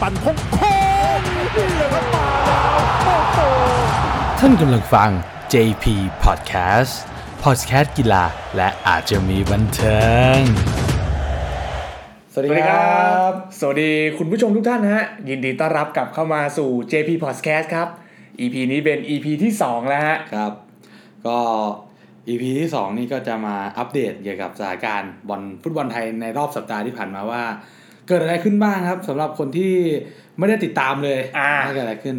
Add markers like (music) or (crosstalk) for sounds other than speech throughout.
ปั่นโค้งโค้งนี่แหละครับมาแล้วโอ้โห ท่านกำลังฟัง JP Podcast Podcast กีฬาและอาจจะมีบันเทิง สวัสดีครับ สวัสดีคุณผู้ชมทุกท่านนะฮะ ยินดีต้อนรับกลับเข้ามาสู่ JP Podcast ครับ EP นี้เป็น EP ที่ 2 แล้วฮะ ครับ ก็ EP ที่ 2 นี่ก็จะมาอัปเดตเกี่ยวกับสถานการณ์บอลฟุตบอลไทยในรอบสัปดาห์ที่ผ่านมาว่า เกิดอะไรขึ้นบ้างครับสำหรับคนที่ไม่ได้ติดตามเลย อ่า ว่าเกิดอะไรขึ้น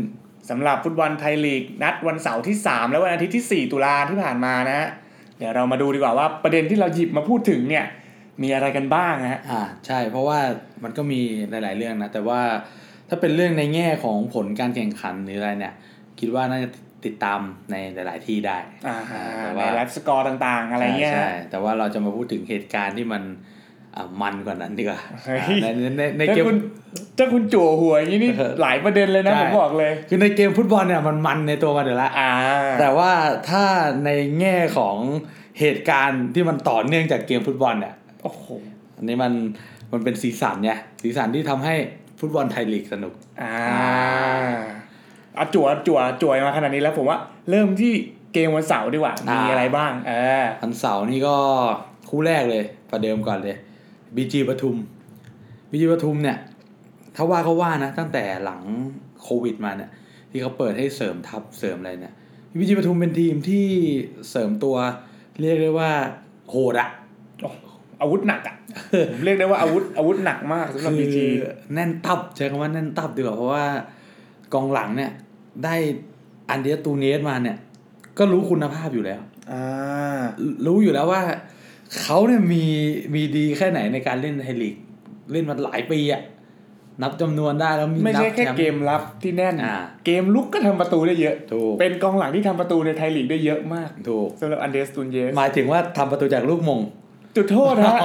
สำหรับฟุตบอลไทยลีก นัดวันเสาร์ที่ 3 และวันอาทิตย์ที่ 4 ตุลาที่ผ่านมานะฮะ เดี๋ยวเรามาดูดีกว่าว่าประเด็นที่เราหยิบมาพูดถึงเนี่ย มีอะไรกันบ้างนะฮะ อ่าใช่เพราะว่ามันก็มีหลาย ๆ เรื่องนะ แต่ว่าถ้าเป็นเรื่องในแง่ของผลการแข่งขันหรืออะไรเนี่ย คิดว่าน่าจะติดตามในหลาย ๆ ที่ได้ อ่าฮะ แต่ ใน ว่า ไลฟ์สกอร์ต่างๆ อะไรเงี้ย ใช่ ฮะ ใช่แต่ว่าเราจะมาพูดถึงเหตุการณ์ที่มันอ่ะมันกว่านั้นดีกว่า เฮ้ย อ่าในในในในเก ถ้าม คุณถ้าคุณจั่วหัวอย่างนี้นี่ เออ หลายประเด็นเลยนะ ใช่ ผมบอกเลย คือในเกมฟุตบอลเนี่ยมันมันในตัวมันอยู่แล้ว อ่า แต่ว่าถ้าในแง่ของเหตุการณ์ที่มันต่อเนื่องจากเกมฟุตบอลเนี่ย โอ้โห อันนี้มันมันเป็นสีสันไงสีสันที่ทำให้ฟุตบอลไทยลีกสนุก อ่า อ่ อะจั่วจั่วจั่วมาขนาดนี้แล้วผมว่าเริ่มที่เกมวันเสาร์ดีกว่า มีอะไรบ้าง เออ วันเสาร์นี่ก็คู่แรกเลยประเดิมก่อนเลยบีจีปทุมบีจีปทุมเนี่ย ถ้าว่าก็ว่านะ ตั้งแต่หลังโควิดมาเนี่ย ที่เขาเปิดให้เสริมทัพเสริมอะไรเนี่ยบีจีปทุมเป็นทีมที่เสริมตัวเรียกได้ว่าโหดอะ อาวุธหนัก (laughs) อ่ะ ผมเรียกได้ว่าอาวุธอาวุธหนักมากสำหรับบีจี คือแน่นตับใช้คำว่าแน่นตับดีกว่าเพราะว่ากองหลังเนี่ย ได้อันเดียตูเนสมาเนี่ย ก็รู้คุณภาพอยู่แล้ว อ่า รู้อยู่แล้วว่าเขาเนี่ยมีมีดีแค่ไหนในการเล่นไทยลีก เล่นมาหลายปีอะนับจำนวนได้แล้วมี ไม่ใช่ นับ แค่ ป์ เกมรับที่แน่น อ่า เกมลุกก็ทำประตูได้เยอะ ถูก เป็นกองหลังที่ทำประตูในไทยลีกได้เยอะมาก ถูก สำหรับอันเดรสตูนเยส หมายถึงว่าทำประตูจากลูกมง จุดโทษฮะ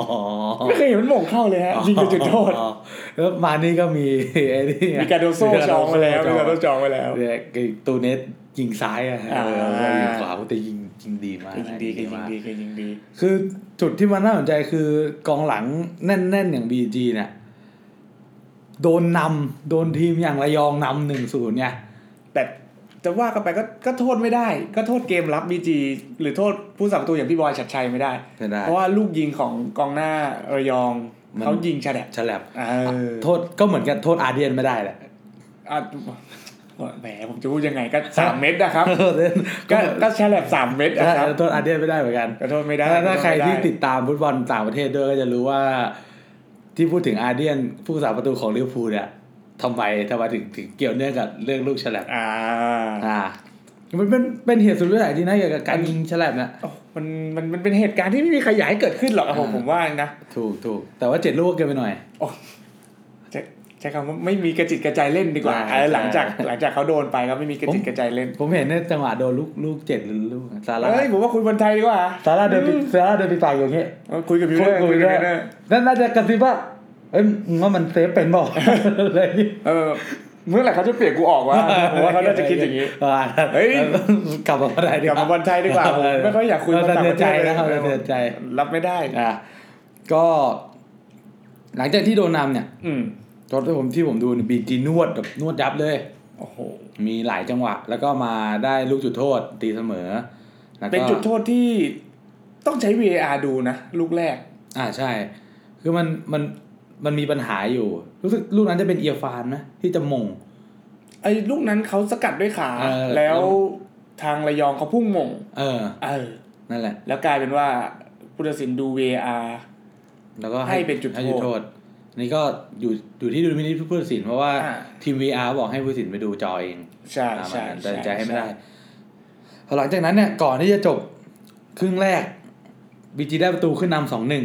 (laughs) ไม่เคยเห็นมันหม่งเข้าเลยฮะยิงเป็นจุดโทษ อ๋อแล้วมานี่ก็มีไอ้นี่ไง มีการโดโซ่จองไปแล้วมีกากมิา โด โด โซ่ โซ่ จองไปแล้ว เนี่ยไอ้ตัวเนสยิงซ้ายอะ อ่า เออแล้วยิงขวาแต่ยิงยิงดีมาก ยิงดีก็ยิง มาก ดีก็ยิงดี คือจุดที่มันน่าสนใจคือกองหลังแน่น ๆ อย่างบีจีเนี่ยโดนนำโดนทีมอย่างระยองนำหนึ่งศูนย์เนี่ย แต่จะว่ากันไปก็ก็โทษไม่ได้ ก็โทษเกมรับบีจีหรือโทษผู้สับประตูอย่างพี่บอยฉัดชัยไม่ได้ ก็ได้ เพราะว่าลูกยิงของกองหน้าระยอง มัน เขายิงฉลับ ฉลับ เออ โทษก็เหมือนกันโทษอาเดียนไม่ได้แหละ อ่ะแหมผมจะพูดยังไงก็สามเม็ดนะครับ โทษเล่น ก็ ก็ ก็ฉลับสามเม็ดนะครับ โทษอาเดียนไม่ได้เหมือนกัน ก็โทษไม่ได้ ถ้าถ้าใครที่ ก็โษไม่ไ ติดตามฟุตบอลต่างประเทศด้วยก็จะรู้ว่าที่พูดถึงอาเดียนผู้สาประตูของลิเวอร์พูลเนี่ยทำไมทำไมถึงถึงเกี่ยวเนื่องกับเรื่องลูกฉลับ อ่า อ่ามันเป็นเป็นเหตุสุดวิสัยที่นะเกี่ยวกับการยิงฉลับนะ โอ้มันมันมันเป็นเหตุการณ์ที่ไม่มีใครอยากให้เกิดขึ้นหรอกผมผมว่านะ ถูกถูกแต่ว่าเจ็ดลูกเกินไปหน่อย โอ้ใช้ใช้คำว่าไม่มีกระจิตกระใจเล่นดีกว่า ใช่ เออหลังจาก ใช่ หลังจากเขาโดนไปก็ไม่มีกระจิตกระใจเล่น ผมเห็นในจังหวะโดนลูกลูกเจ็ดหรือลูกซาร่า เฮ้ยผมว่าคุยบอลไทยดีกว่า ซาร่าเดินไปซาร่าเดินไปปากอย่างเงี้ย เอาคุยกับพี่ คุย เรื่อง คุ คุ ย ย ด้ กั วน ย เรื่อง นั่นน่าจะกระซิบว่าเอ้ยมึงว่ามันเซฟเป็นบอกอะไรอย่างเงี้ย เออเมื่อไหร่เขาจะเปลี่ยนกูออกวะผมว่าเขาน่าจะคิดอย่างนี้ อ่า เฮ้ย กลับมาได้ดี กลับมาบอลไทยดีกว่าผมไม่ค่อยอยากคุย เร บอล สะ ต่าง เทื ป อน ระเท ใจ ศเลย นะเราสะเทือนใจ รับไม่ได้ อ่ะก็หลังจากที่โดนนำเนี่ย อืม ตอนที่ผมที่ผมดูเนี่ยบีจีนวดแบบนวดยับเลย โอ้โห มีหลายจังหวะ แล้วก็มาได้ลูกจุดโทษตีเสมอแล้วก็ เป็นจุดโทษที่ต้องใช้ VAR ดูนะ ลูกแรก อ่าใช่ คือมันมันมันมีปัญหาอยู่ รู้สึกลูกนั้นจะเป็นเอียฟานนะที่จะมง ไอ้ลูกนั้นเขาสกัดด้วยขา เออ แล้วทางระยองเขาพุ่งหมง เออ เออ นั่นแหละ แล้วกลายเป็นว่าผู้ตัดสินดู VAR แล้วก็ ให้เป็นจุดโทษ ให้โทษอันนี่ก็อยู่อยู่ที่ดูมินิจผู้ตัดสินเพราะว่า อ่า ทีม VR บอกให้ผู้ตัดสินไปดูจอเอง ใช่ ตาม ใช่ นั้นตัช่ดสินใจให้ไม่ได้พอหลังจากนั้นเนี่ย ก่อนที่จะจบครึ่งแรกบีจีได้ประตูขึ้นนำสองหนึ่ง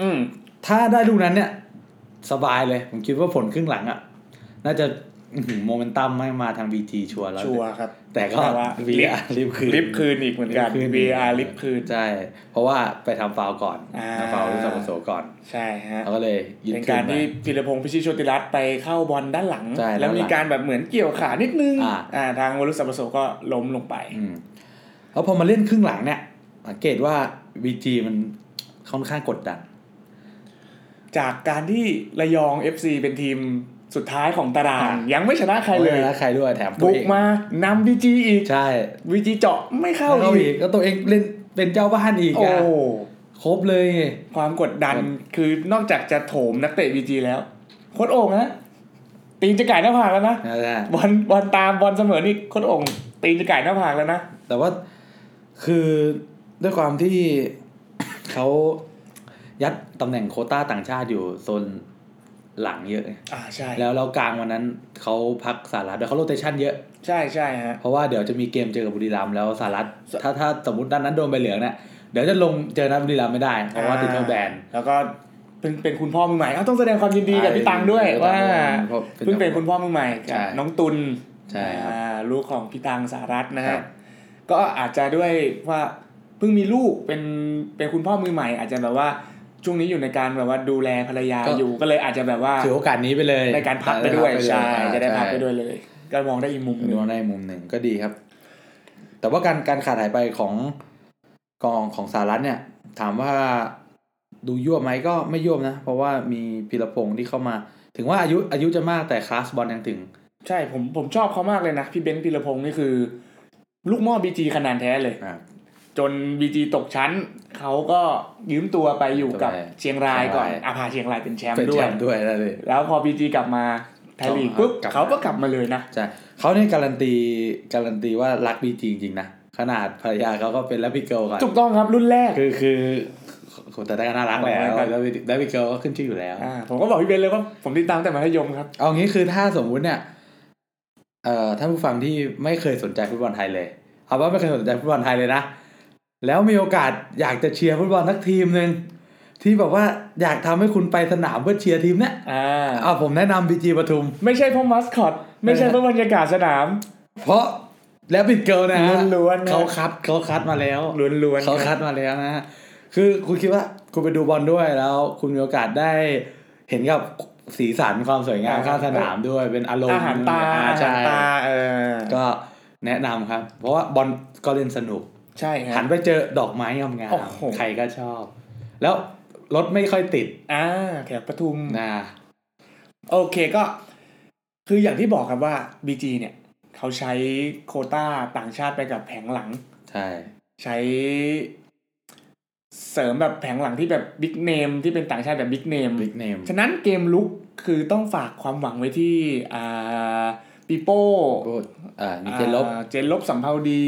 อืม ถ้าได้ลูกนั้นเนี่ย สบายเลย ผมคิดว่าผลครึ่งหลังอะ่ะ น่าจะอื้อหือโมเมนตัมไม่มาทางบีจีชัวร์แล้ว ชัวร์ครับ แต่ก็ ว่า วีอารีบคืน ลิฟต์คืนอีกเหมือนกัน รีบคืน VR ลิฟต์คืน ใช่ เพราะว่าไปทำฟาวล์ก่อน อ่า ทำฟาวล์ที่สมุทรสาครก่อน ใช่ฮะ แล้วก็เลยยึด เป็น คื การ นมา ที่พิรพงศ์พิชิตโชติรัตน์ไปเข้าบอลด้านหลัง ใช่ แล้วมีการแบบเหมือนเกี่ยวขานิดนึง อ่า อ่าทางวรุษสัมปโสก็ล้มลงไป อืมแล้วพอมาเล่นครึ่งหลังเนี่ยสังเกตว่าบีจีมันค่อนข้างกดดัน จากการที่ระยอง FC เป็นทีม สุดท้ายของตาราง ยังไม่ชนะใครเลย แล้วใครด้วยแถมตัว บุก เอง มานำบีจีอีก ใช่ บีจีเจาะไม่เข้า แล้วก็ อี อี ก กก็ตัวเองเล่นเป็นเจ้าบ้านอีก โอ้ อ่ะครบเลยไง ความกดดันคือนอกจากจะโถมนักเตะบีจีแล้วโคตรโอ่งนะตีนจะไก่หน้าผากแล้วนะ ใช่ใช่ บอลบอลตามบอลเสมอนี่โคตรโอ่งตีนจะไก่หน้าผากแล้วนะ แต่ว่าคือด้วยความที่ (coughs) เขายัดตำแหน่งโควต้าต่างชาติอยู่โซนหลังเยอะไง อ่าใช่ แล้วแล้วกลางวันนั้นเขาพักสารัตด้วยเขาโรเตชันเยอะ ใช่ใช่ฮะ เพราะว่าเดี๋ยวจะมีเกมเจอกับบุรีรัมย์แล้วสารัตถ้าถ้าสมมติด้านนั้นโดนใบเหลืองเนี่ยเดี๋ยวจะลงเจอนัดบุรีรัมย์ไม่ได้ เพราะว่าติดโทษแบน แล้วก็เป็นเป็นคุณพ่อมือใหม่อ้าวต้องแสดงความยินดีกับพี่ตังด้วยว่า เพิ่งเป็นคุณพ่อมือใหม่ ใช่ กับน้องตุล ใช่ครับ อ่าลูกของพี่ตังสารัตน์นะ ครั ฮะ บ ก็อาจจะด้วยว่าเพิ่งมีลูกเป็นเป็นคุณพ่อมือใหม่ อาจจะแบบว่าช่วงนี้อยู่ในการแบบว่าดูแลภรรยาอยู่ก็เลยอาจจะแบบว่า ถือโอกาสนี้ไปเลย ในการพักไปด้วยใช่ อ่า จะได้พัก ใช่ ไปด้วยเลย ก็มองได้อีกมุมห ดู นึ่ง ในมุมหนึ่งก็ดีครับ แต่ว่าการการขาดหายไปของกองของสหรัฐเนี่ย ถามว่าดูยั่วไหมก็ไม่ยั่วนะ เพราะว่ามีพิรพงศ์ที่เข้ามา ถึงว่าอายุอายุจะมากแต่คลาสบอลยังถึง ใช่ผมผมชอบเขามากเลยนะ พี่เบนซ์พิรพงศ์นี่คือ ลูกหม้อบีจีขนาดแท้เลย จนบีจีตกชั้น เขาก็ยืมตัวไปอยู่กับ ใช่ เชียงรายก่อน เชียงราย อาพาเชียงรายเป็นแชม เป็นป์ด้ แช วย มป์ด้วยได้เลย แล้วพอบีจีกลับมาไทยลีกปุ๊บ กลับมา เขาก็กลับมาเลยนะ ใช่เขาเนี่ยการันตีการันตีว่ารักบีจีจริงๆนะ ขนาดภรรยาเขาก็เป็นแล้วพี่เกิลกัน ถูกต้องครับรุ่นแรก คือคือคือแต่ได้ก็น่ารักแหละ น่ารัก ได้พี่เกิลก็ขึ้นชื่ออยู่แล้ว อ่าผมก็บอกพี่เบนเลยว่าผมติดตามแต่มัธยมครับ เอางี้คือถ้าสมมุติเนี่ยเอ่อท่านผู้ฟังที่ไม่เคยสนใจฟุตบอลไทยเลย เอาว่าไม่เคยสนใจฟุตบอลไทยเลยนะ แล้วมีโอกาสอยากจะเชียร์ฟุตบอลสักทีมหนึ่งที่แบบว่าอยากทำให้คุณไปสนามเพื่อเชียร์ทีมเนี่ย อ่า อ่าผมแนะนำบีจีปทุม ไม่ใช่เพราะมัสคอต ไม่ใช่เพราะบรรยากาศสนาม เพราะแล้วบิดเกิลนะฮะ ล้วนๆนะ เขาคัดเขาคัดมาแล้ว ล้วนๆ เขาคัดมาแล้วนะฮะ คือคุณคิดว่าคุณไปดูบอลด้วยแล้ว คุณมีโอกาสได้เห็นกับสีสันความสวยงามข้างสนามด้วย เป็นอารมณ์ อาหารตา อ่ อาหาร ใช่ ตาเออ ก็แนะนำครับ เพราะว่าบอลก็เล่นสนุก ใช่ฮะ หันไปเจอดอกไม้งาม โอ้โห ๆใครก็ชอบ แล้วรถไม่ค่อยติด อ่าแถวปทุม นะ โอเคก็คืออย่างที่บอกครับว่า BG เนี่ย เขาใช้โควต้าต่างชาติไปกับแผงหลัง ใช่ ใช้เสริมแบบแผงหลังที่แบบบิ๊กเนมที่เป็นต่างชาติแบบบิ๊กเนม บิ๊กเนม ฉะนั้นเกมลุกคือต้องฝากความหวังไว้ที่อ่าปิโป้ พูดอ่ามีเจนลบ อ่าเจนลบสัมภาวดี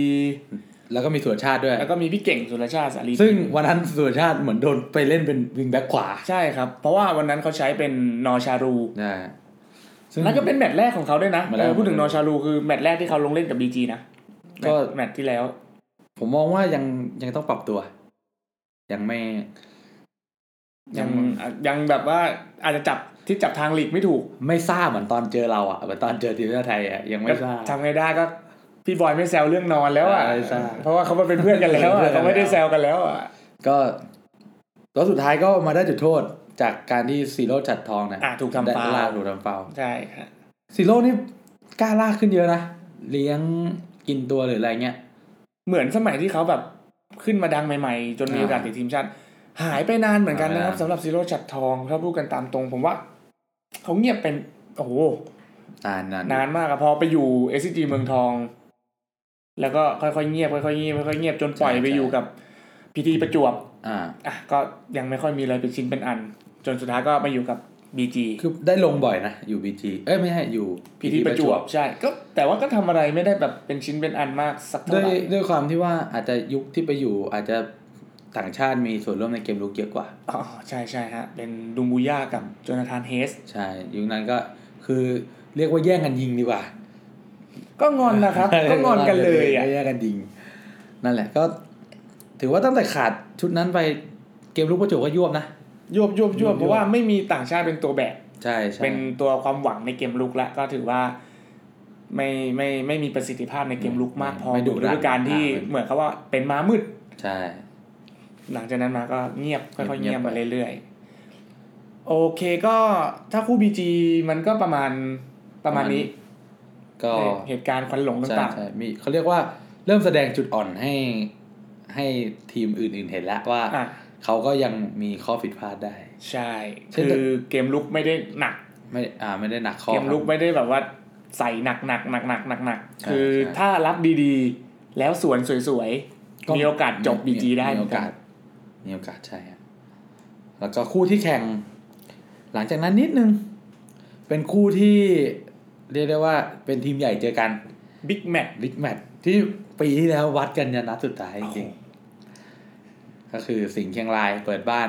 แล้วก็มีสุรชาติด้วย แล้วก็มีพี่เก่งสุรชาติสารี ซึ่งวันนั้นสุรชาติเหมือนโดนไปเล่นเป็นวิงแบ็คขวา ใช่ครับ เพราะว่าวันนั้นเขาใช้เป็นนอชารู นะ นั่นก็เป็นแมตช์แรกของเขาด้วยนะ แมตช์แร เอก อพูดถึงนอชารูคือแมตช์แรกที่เขาลงเล่นกับบีจีนะ ก็ แมตช์ที่แล้ว ผมมองว่ายังยังต้องปรับตัว ยังไม่ ยังยังแบบว่าอาจจะจับที่จับทางหลีกไม่ถูก ไม่ทราบเหมือนตอนเจอเราอ่ะเหมือนตอนเจอทีมชาติไทยอ่ะยังไม่ทราบ ทำไงได้ก็ พี่บอยไม่แซวเรื่องนอนแล้วอ่ะ ใช่ใช่ เพราะว่าเขามาเป็นเพื่อนกันแล้ว เป็ อ่ะ นเพื่อนกัน เขาไม่ได้แซวกันแล้วอ่ะ ก็แล้วสุดท้ายก็มาได้จุดโทษจากการที่ซีโร่จัดทองนะ อ่ะถูกทำฟา ได้ลาก ว ถูกทำฟาวล์ ใช่ครับ ซีโร่นี่กล้าลากขึ้นเยอะนะ เลี้ยงกินตัวหรืออะไรเงี้ย เหมือนสมัยที่เขาแบบขึ้นมาดังใหม่ๆ จนมีโอกาสติดทีมชาติ หายไปนานเหมือนกันนะครับ หายไปนาน สำหรับซีโร่จัดทองถ้าพูดกันตามตรง ผมว่าเขาเงียบเป็นโอ้โห นานนาน นานมากอะพอไปอยู่เอสซีเมืองทอง แล้วก็ค่อยๆเงียบค่อยๆเงียบค่อยๆเงียบจนปล่อยไปอยู่กับพีทีประจวบ อ่า อ่ะก็ยังไม่ค่อยมีอะไรเป็นชิ้นเป็นอัน จนสุดท้ายก็มาอยู่กับ BG คือได้ลงบ่อยนะ อยู่บีจีเอ้ยไม่ใช่อยู่ พีทีประจวบใช่ก็แต่ว่าก็ทำอะไรไม่ได้แบบเป็นชิ้นเป็นอันมากสัก ด้ เท่า วย ไหร่ ด้วยความที่ว่าอาจจะยุคที่ไปอยู่ อาจจะต่างชาติมีส่วนร่วมในเกมลุกเยอะกว่า อ๋อใช่ใช่ฮะ เป็นดุมบูย่ากับโจนาธานเฮส ใช่ ยุคนั้นก็คือเรียกว่าแย่งกันยิงดีกว่า ก็งอนนะครับ (laughs) (laughs) ก็งอนกันเลยอ่ะ แย่งกันยิง นั่นแหละก็ ถือว่าตั้งแต่ขาดชุดนั้นไปเกมลุกประจวบก็ยวบนะ ยวบยวบยวบ ยวบ เพราะว่าไม่มีต่างชาติเป็นตัวแบก ใช่ใช่ เป็นตัวความหวังในเกมลุกละก็ถือว่าไม่ไม่ไม่มีประสิทธิภาพในเกมลุกมากพอ ไม่ ดูฤ ดัน ดูกาลที่ อ่ เหมือนเขาว่าเป็นม้ามืด ใช่ หลังจากนั้นมาก็เงียบค่อยๆเงียบมาเรื่อยๆ โอเคก็ถ้าคู่บีจีมันก็ประมาณประมาณนี้ ก็ เหตุเหตุการณ์ควันหลง ใช่ ต่าง ใช่มีเขาเรียกว่าเริ่มแสดงจุดอ่อนให้ให้ทีมอื่น ๆเห็นแล้วว่า ๆอ่ะ เขาก็ยังมีข้อผิดพลาดได้ ใช่ เช่น คือเกมลุกไม่ได้หนัก ไม่อ่าไม่ได้หนักข้อ เกมลุก ครับ ไม่ได้แบบว่าใส่หนักหนักหนักหนักหนักหนักๆ ใช่ คือ ใช่ ถ้ารับดีๆ แล้วสวนสวยๆ มีโอกาสจบบีจีได้ มี เหมื โอ อนกั กาน สมีโอกาสใช่ครับแล้วก็คู่ที่แข่ง หลังจากนั้นนิดนึง เป็นคู่ที่เรียกได้ว่าเป็นทีมใหญ่เจอกัน บิ๊กแมตช์ บิ๊กแมตช์ที่ปีที่แล้ววัดกันยันนัดสุดท้ายจริงๆก็คือสิงห์เชียงรายเปิดบ้าน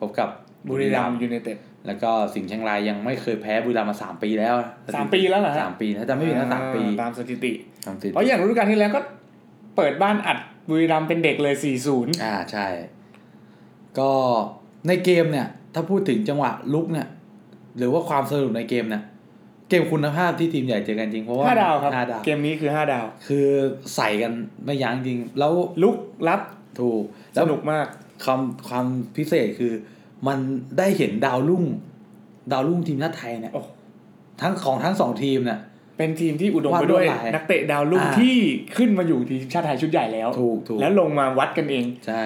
พบกับ บุรีรัมย์ยูไนเต็ด แล้วก็สิงห์เชียงรายยังไม่เคยแพ้บุรีรัมย์มาสามปีแล้ว สามปีแล้วเหรอฮะ สามปีถ้าจำไม่ผิดนะสามปี ตามสถิติ สามปี เพราะอย่างฤดูกาลที่แล้วก็เปิดบ้านอัดบุรีรัมย์เป็นเด็กเลย 40 อ่าใช่ ก็ในเกมเนี่ย ถ้าพูดถึงจังหวะลุกเนี่ย หรือว่าความสนุกในเกมเนี่ย เกมคุณภาพที่ทีมใหญ่เจอกันจริงเพราะว่า 5 ดาวครับ ห้าดาว เกมนี้คือ 5 ดาว คือใส่กันไม่ยั้งจริง แล้ว ลุกรับ ถูก ส แล้ว นุกมาก ความความพิเศษคือมันได้เห็นดาวรุ่ง ดาวรุ่งทีมชาติไทยเนี่ย โอ้ ทั้งของทั้งสองทีมเนี่ย เป็นทีมที่อุดมไปด้วย วาดลวดลาย นักเตะดาวรุ่ง อ่า ที่ขึ้นมาอยู่ทีมชาติไทยชุดใหญ่แล้ว ถูกถูก แล้วลงมาวัดกันเอง ใช่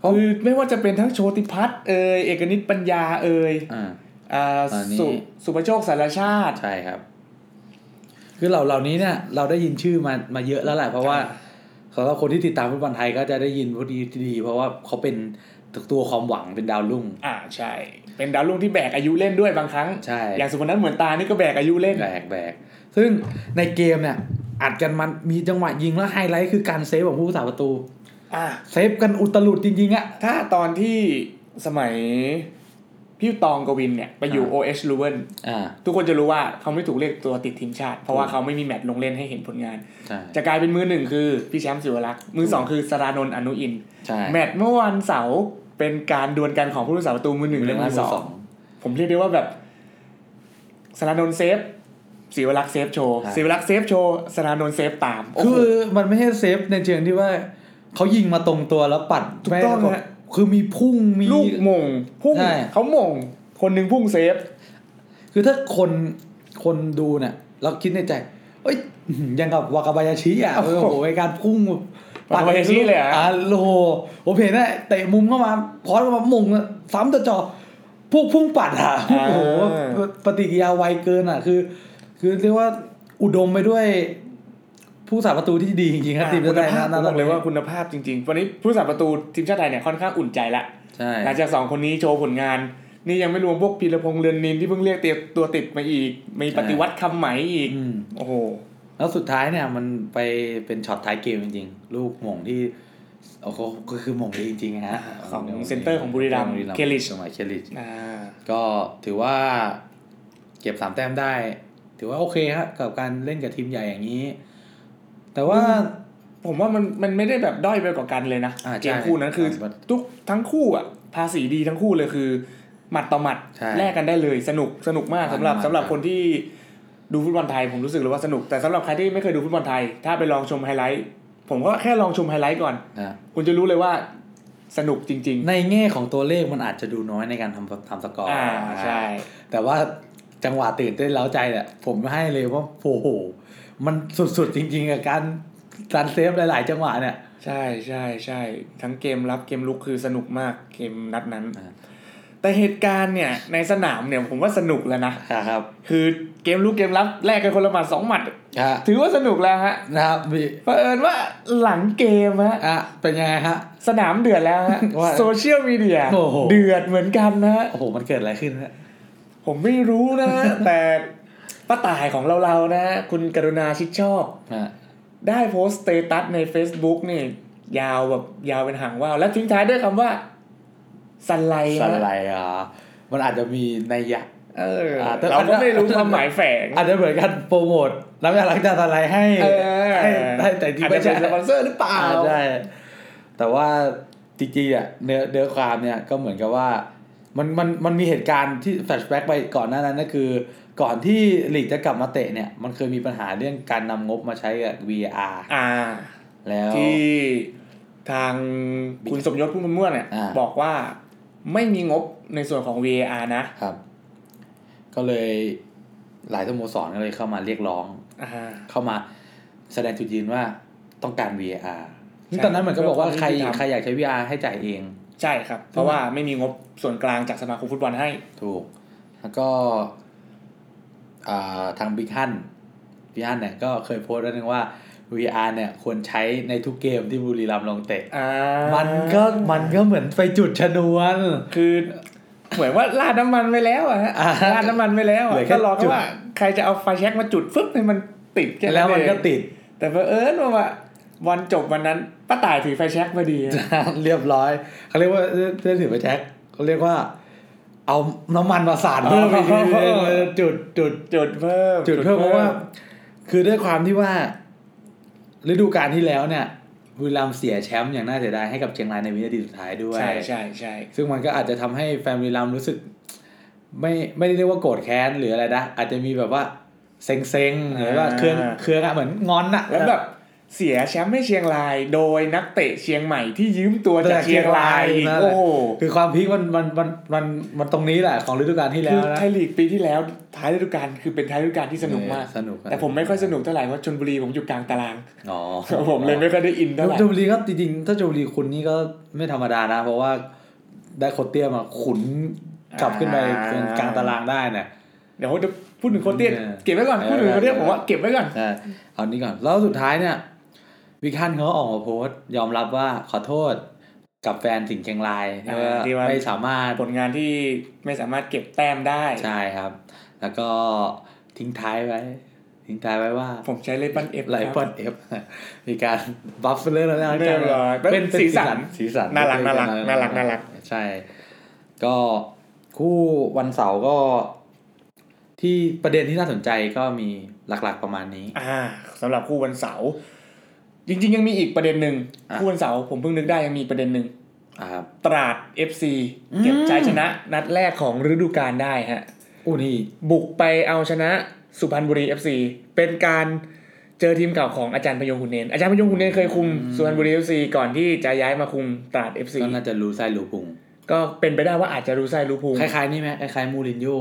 เพราะ คือไม่ว่าจะเป็นทั้งโชติพัฒน์เอ่ยเอกนิตปัญญาเอ่ย อ่า อ่า อันนี้ สุสุประโชคสารชาติ ใช่ครับ คือเราเหล่านี้เนี่ย เราได้ยินชื่อมามาเยอะแล้วแหละเพราะว่าสำหรับคนที่ติดตามฟุตบอลไทยก็จะได้ยินพวกดีดี เพราะว่าเขาเป็นตัวความหวังเป็นดาวรุ่ง อ่าใช่ เป็นดาวรุ่งที่แบกอายุเล่นด้วยบางครั้ง ใช่ อย่างสุพนัทเหมือนตานี่ก็แบกอายุเล่น แบกแบกซึ่งในเกมเนี่ยอัดกันมันมีจังหวะยิงแล้วไฮไลท์คือการเซฟของผู้สาประตู อ่า เซฟกันอุตลุดจริงๆอะ ถ้าตอนที่สมัยพี่ตองกวินเนี่ย ไปอยู่ อ่า OH l u v e n อ่า ทุกคนจะรู้ว่าเขาไม่ถูกเรียกตัวติดทีมชาติ เพราะว่า ถูก เขาไม่มีแมตช์ลงเล่นให้เห็นผลงาน ใช่ จะกลายเป็นมือหนึ่งคือพี่แชมป์สิวรักษ์มือสองคือสรานนท์อนุอินทร์ ใช่ แมตช์เมื่อวันเสาร์เป็นการดวลกันของผู้รักษาประตูมือหนึ่งและมือสองผมเรียกได้ว่าแบบสรานนท์เซฟสิวรักษ์เซฟโชว์สิวรักษ์เซฟโชว์สรานนท์เซฟตามโโห คือมันไม่ใช่เซฟในเชิงที่ว่าเขายิงมาตรงตัวแล้วปัด ถูกต้อง แม่แบบ ฮะ คือมีพุ่งมี ลูกมงพุ่ง ใช่ เขามงคนหนึ่งพุ่งเซฟ คือถ้าคนคนดูเนี่ยเราคิดในใจ เอ้ย ยังกับวากาบายาชิอ่ะ โอ้ โอ้ โห โหไอการพุ่ง วากาบายาชิเลยเหรอ อ่ะโอ้โหผมเห็นนะเตะมุมเข้ามาพอสเข้ามามงอะซ้ำต่อจอพวกพุ่งปัดอ่ะโอ้โหปฏิกิริยาไวเกินอ่ะ คือ คือเรียกว่าอุดมไปด้วย ผู้สาประตูที่ดีจริงๆครับทีม คุณ ชาติไทย ภาพ นะ ผมบอกเลยตว่านนี้ คุณภาพจริง ๆ วันนี้ผู้สาประตูทีมชาติไทยเนี่ยค่อนข้างอุ่นใจละ ใช่ หลังจากสองคนนี้โชว์ผลงาน นี่ยังไม่รวมพวกพีรพงษ์เรือนนินที่เพิ่งเรียกเตียตัวติดมาอีก มีปฏิวัติคำไหมอีก อืม โอ้โห แล้วสุดท้ายเนี่ยมันไปเป็นช็อตท้ายเกมจริงๆ ลูกหม่งที่โอ้โหก็คือหม่งดีจริงๆฮะ ของเซ็นเตอร์ของบุรีรัมย์เคลิช สมัยเคลิช อ่า ก็ถือว่าเก็บสามแต้มได้ ถือว่าโอเคฮะกับการเล่นกับทีมใหญ่อย่างนี้ แต่ว่า ผมว่ามันมันไม่ได้แบบด้อยไปกว่ากันเลยนะ อ่าใช่ เกมคู่นั้นคือ ครับ ทุกทั้งคู่อ่ะภาษีดีทั้งคู่เลยคือหมัดต่อหมัด ใช่ แลกกันได้เลยสนุกสนุกมากสำหรับ มันมาก สำหรับคนที่ดูฟุตบอลไทยผมรู้สึกเลยว่าสนุกแต่สำหรับใครที่ไม่เคยดูฟุตบอลไทย ถ้าไปลองชมไฮไลท์ผมก็แค่ลองชมไฮไลท์ก่อน นะ คุณจะรู้เลยว่าสนุกจริง ในแง่ของตัวเลขมันอาจจะดูน้อยในการทำทำสกอ ๆ ร์ อ่าใช่ แต่ว่าจังหวะตื่นเต้นเล้าใจเนี่ยผมให้เลยว่าโอ้โหมันสุดๆจริงๆกับการการเซฟหลาย ๆ จังหวะเนี่ย ใช่ใช่ใช่ทั้งเกมรับเกมลุกคือสนุกมากเกมนัดนั้น อ่า แต่เหตุการณ์เนี่ยในสนามเนี่ยผมว่าสนุกแล้วนะ ครับ คือเกมลุกเกมรับแลกกันคนละหมัดสองหมัด ฮะ ถือว่าสนุกแล้วฮะ นะครับมี เผอิญว่าหลังเกมฮะ อ่ะเป็นยังไงฮะ สนามเดือดแล้วฮะ ว่า โซเชียลมีเดีย โอ้โห เดือดเหมือนกันนะฮะ โอ้โห มันเกิดอะไรขึ้นฮะ ผมไม่รู้นะฮะ แต่ป้าต่ายของเราเราๆนะฮะคุณกรุณาชิดชอบ ได้โพสต์สเตตัสใน Facebook นี่ ยาวแบบยาวเป็นหางว่าว แล้วทิ้งท้ายด้วยคำว่าสันไล ส นะ ไลด์อ่ะ มันอาจจะมีในยยะ เออ อ่าแต่ เราก็ไม่รู้ความหมายแฝง อาจจะเหมือนกันโปรโมทน้ำยาล้างจานสไลด์ให้ เออ ให้ให้แต่ที่ อาจ ไม่ จะ ใช่ เป็นสปอนเซอร์หรือเปล่า อ่ะใช่แต่ว่าจริงๆอ่ะเนื้อเนื้อความเนี่ยก็เหมือนกับว่า มันมันมันมีเหตุการณ์ที่แฟลชแบ็กไปก่อนหน้านั้นก็คือ ก่อนที่ลีกจะกลับมาเตะเนี่ย มันเคยมีปัญหาเรื่องการนำงบมาใช้กับ VR อ่า แล้ว ที่ทางคุณสมยศพุ่มพันธ์ม่วนเนี่ย อ่า บอกว่าไม่มีงบในส่วนของ VAR นะครับ ก็เลยหลายสโมสรก็เลยเข้ามาเรียกร้อง อ่า เข้ามาแสดงจุดยืนว่าต้องการ VAR ซึ่ง ใช่ ตอนนั้นเหมือนก็บอกว่าใคร เพื่อความยุติธรรม ใครอยากใช้ VR ให้จ่ายเอง ใช่ครับ เพราะว่าไม่มีงบส่วนกลางจากสมาคมฟุตบอลให้ ถูก แล้วก็ อ่าทางบิ๊กฮันบิ๊กฮันเนี่ยก็เคยโพสต์เรื่องนึงว่า VR เนี่ยควรใช้ในทุกเกมที่บุรีรัมย์ลงเตะ อ่ามั มันก็มันก็เหมือนไปจุดชนวน คือเหมือนว่าราดน้ำมันไปแล้วอะฮะ อ่า ราดน้ำมันไปแล้วอะ เหลือแค่ ก็รอ จุดแค่ว่าใครจะเอาไฟแช็กมาจุดฟึบให้มันติดแค่ แล้วมัน เอง ก็ติด แต่เพอเอิญว่าวันจบวันนั้นป้าต่ายถือไฟแช็กพอดีอะ (laughs) เรียบร้อยเขาเรียกว่าเรื่องถือไปแจ็คเขาเรียกว่า เอาน้ำมันมาสาดเพิ่มอีกนิดนึง อ๋อ จุดจุด จุดเพิ่ม จุดเพิ่มเพราะว่า คือด้วยความที่ว่าฤดูกาลที่แล้วเนี่ยบุรีรัมย์เสียแชมป์อย่างน่าเสียดายให้กับเชียงรายในวินาทีสุดท้ายด้วย ใช่ใช่ใช่ ซึ่งมันก็อาจจะทำให้แฟนบุรีรัมย์รู้สึก ไม่ไม่ได้เรียกว่าโกรธแค้นหรืออะไรนะอาจจะมีแบบว่าเซ็งๆหรือว่าเครื่องเครื่องอะเหมือนงอนอะ แล้วแบบเสียแชมป์ให้เชียงราย โดยนักเตะเชียงใหม่ที่ยืมตัวจากเชียงรายอีก นั่นแหละ โอ้โห คือความพีคมันมันมันมันมันตรงนี้แหละของฤดูกาลที่แล้ คือ วนะ ไทยลีกปีที่แล้วท้ายฤดูกาลคือเป็นท้ายฤดูกาลที่สนุกมาก สนุก แต่ผมไม่ค่อยสนุกเท่าไหร่เพราะชนบุรีผมอยู่กลางตาราง อ๋อ ผมเลยไม่ค่อยได้อินเท่าไหร่ จูบลีก็จริงๆถ้าจูบลีคุณนี่ก็ไม่ธรรมดานะ เพราะว่าได้โคตเตี้ยมาขุนกลับขึ้นไปเป็นกลางตารางได้เนี่ย เดี๋ยวพูดถึงโคตรเตี้ย เออ เก็บไว้ก่อน เออ พูดถึงโคตรเตี้ย เออ ผมว่าเก็บไว้ก่อน เออเอานี้ก่อน แล้วสุดท้ายเนี่ยวิกฮันเขาออกมาโพสต์ยอมรับว่าขอโทษกับแฟนสิงห์เชียงรายที่ว่าไม่สามารถ ผลงานที่ไม่สามารถเก็บแต้มได้ ใช่ครับ แล้วก็ทิ้งท้ายไว้ ทิ้งท้ายไว้ว่า ผมใช้เลยปันเอฟ ไลฟ์ปอนเอฟ มีการบัฟเฟอร์เรื่องแล้ว เรียบร้อยเป็นสีสัน สีสัน น่ารักน่ารัก เป็ น่ารักน่ารัก ใช่ ก็คู่วันเสาร์ก็ที่ประเด็นที่น่าสนใจก็มีหลักๆประมาณนี้ อ่าสำหรับคู่วันเสาร์จริง ๆ ยังมีอีกประเด็นหนึ่ง อ่ะ คู่วันเสาร์ผมเพิ่งนึกได้ยังมีประเด็นหนึ่ง อ่าครับ ตราด FC เก็บชัยชนะ นัดแรกของฤดูกาลได้ฮะ อู้นี่ บุกไปเอาชนะสุพรรณบุรี FC เป็นการเจอทีมเก่าของอาจารย์พยงคุณเนนอาจารย์พยงคุณเนนเคยคุมสุพรรณบุรี FC ก่อนที่จะย้ายมาคุมตราด FC ก็น่าจะรู้ไส้รู้พุง ก็เป็นไปได้ว่าอาจจะรู้ไส้รู้ภูมิ คล้ายๆนี่ไหมคล้ายๆมูรินโญ่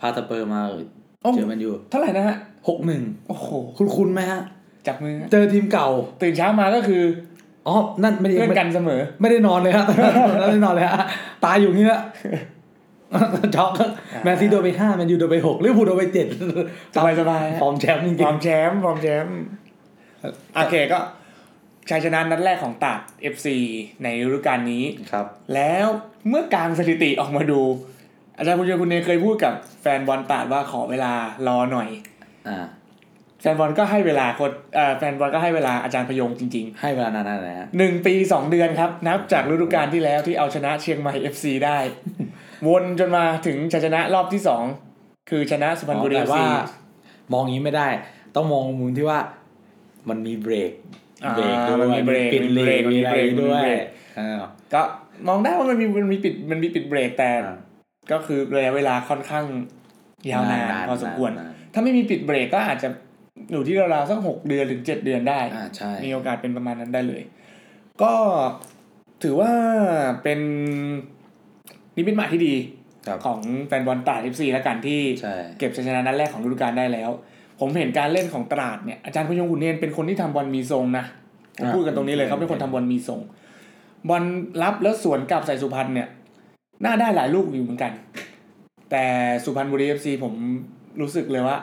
พาสเปอร์มา โอ้ เจอมันอยู่ เท่าไหร่นะฮะ หกหนึ่ง โอ้โห คุณคุณไหมฮะ จับมือฮะ เจอทีมเก่า ตื่นเช้ามาก็คือ อ๋อ นั่นไม่ได้ เพื่อน ไม่ กันเสมอ ไม่ได้นอนเลยฮะ ไม่ได้นอนเลยฮะ ตายอยู่นี่ละ (laughs) ช็อกแมนซีโดนไปห้าแมนยูโดนไปหกลิเวอร์พูลโดนไป (laughs) เจ็ด สบายสบายฮะ ฟอร์มแชมป์จ พ ริ ร้อง มแชมป์พร้อมแชมป์โอเคก็ชัยชนะนัดแรกของตราด FC ในฤดูกาลนี้ ๆครับ แล้วเมื่อกลางสถิติออกมาดู อาจารย์บุญเชิญคุณเนยเคยพูดกับแฟนบอลตราดว่าขอเวลารอหน่อย อ่า แฟนบอลก็ให้เวลาโคนแฟนบอลก็ให้เวลาอาจารย์พยงจริง ให้เวลานานๆหน่อยฮะ ๆหนึ่งปีสองเดือนครับ นับจากฤดูกาลที่แล้วที่เอาชนะเชียงใหม่ FC ได้ วนจนมาถึงชัยชนะรอบที่สองคือชนะสุพรรณบุรี แต่ FC ว่า มองอย่างนี้ไม่ได้ ต้องมองมุมที่ว่า มันมีเบรก อ่า เบรกด้วย มันมีเบรก ปิดเลน มี มี เบรก อะไร มีเบรก ด้วย มีเบรก อ่า ก็มองได้ว่ามันมีมันมีปิดมันมีปิดเบรกแต่ อ่า ก็คือระยะเวลาค่อนข้างยาวนานพอสมควร นาน ถ้าไม่มีปิดเบรกก็อาจจะอยู่ที่ราวๆสักหกเดือนถึงเจ็ดเดือนได้ อ่าใช่ มีโอกาสเป็นประมาณนั้นได้เลย ก็ถือว่าเป็นนิมิตหมายที่ดี ครับ ของแฟนบอลตราด FC แล้วกันที่ ใช่ เก็บชัยชนะนัดแรกของฤดูกาลได้แล้ว ผมเห็นการเล่นของตราดเนี่ยอาจารย์พยงคุณเนนเป็นคนที่ทำบอลมีทรงนะผม อ่ะ พูดกันตรงนี้เลยเขาเป็นคนทำบอลมีทรงบอลรับแล้วสวนกลับใส่สุพรรณเนี่ย น่าได้หลายลูกอยู่เหมือนกัน แต่สุพรรณบุรี FC ผมรู้สึกเลยว่า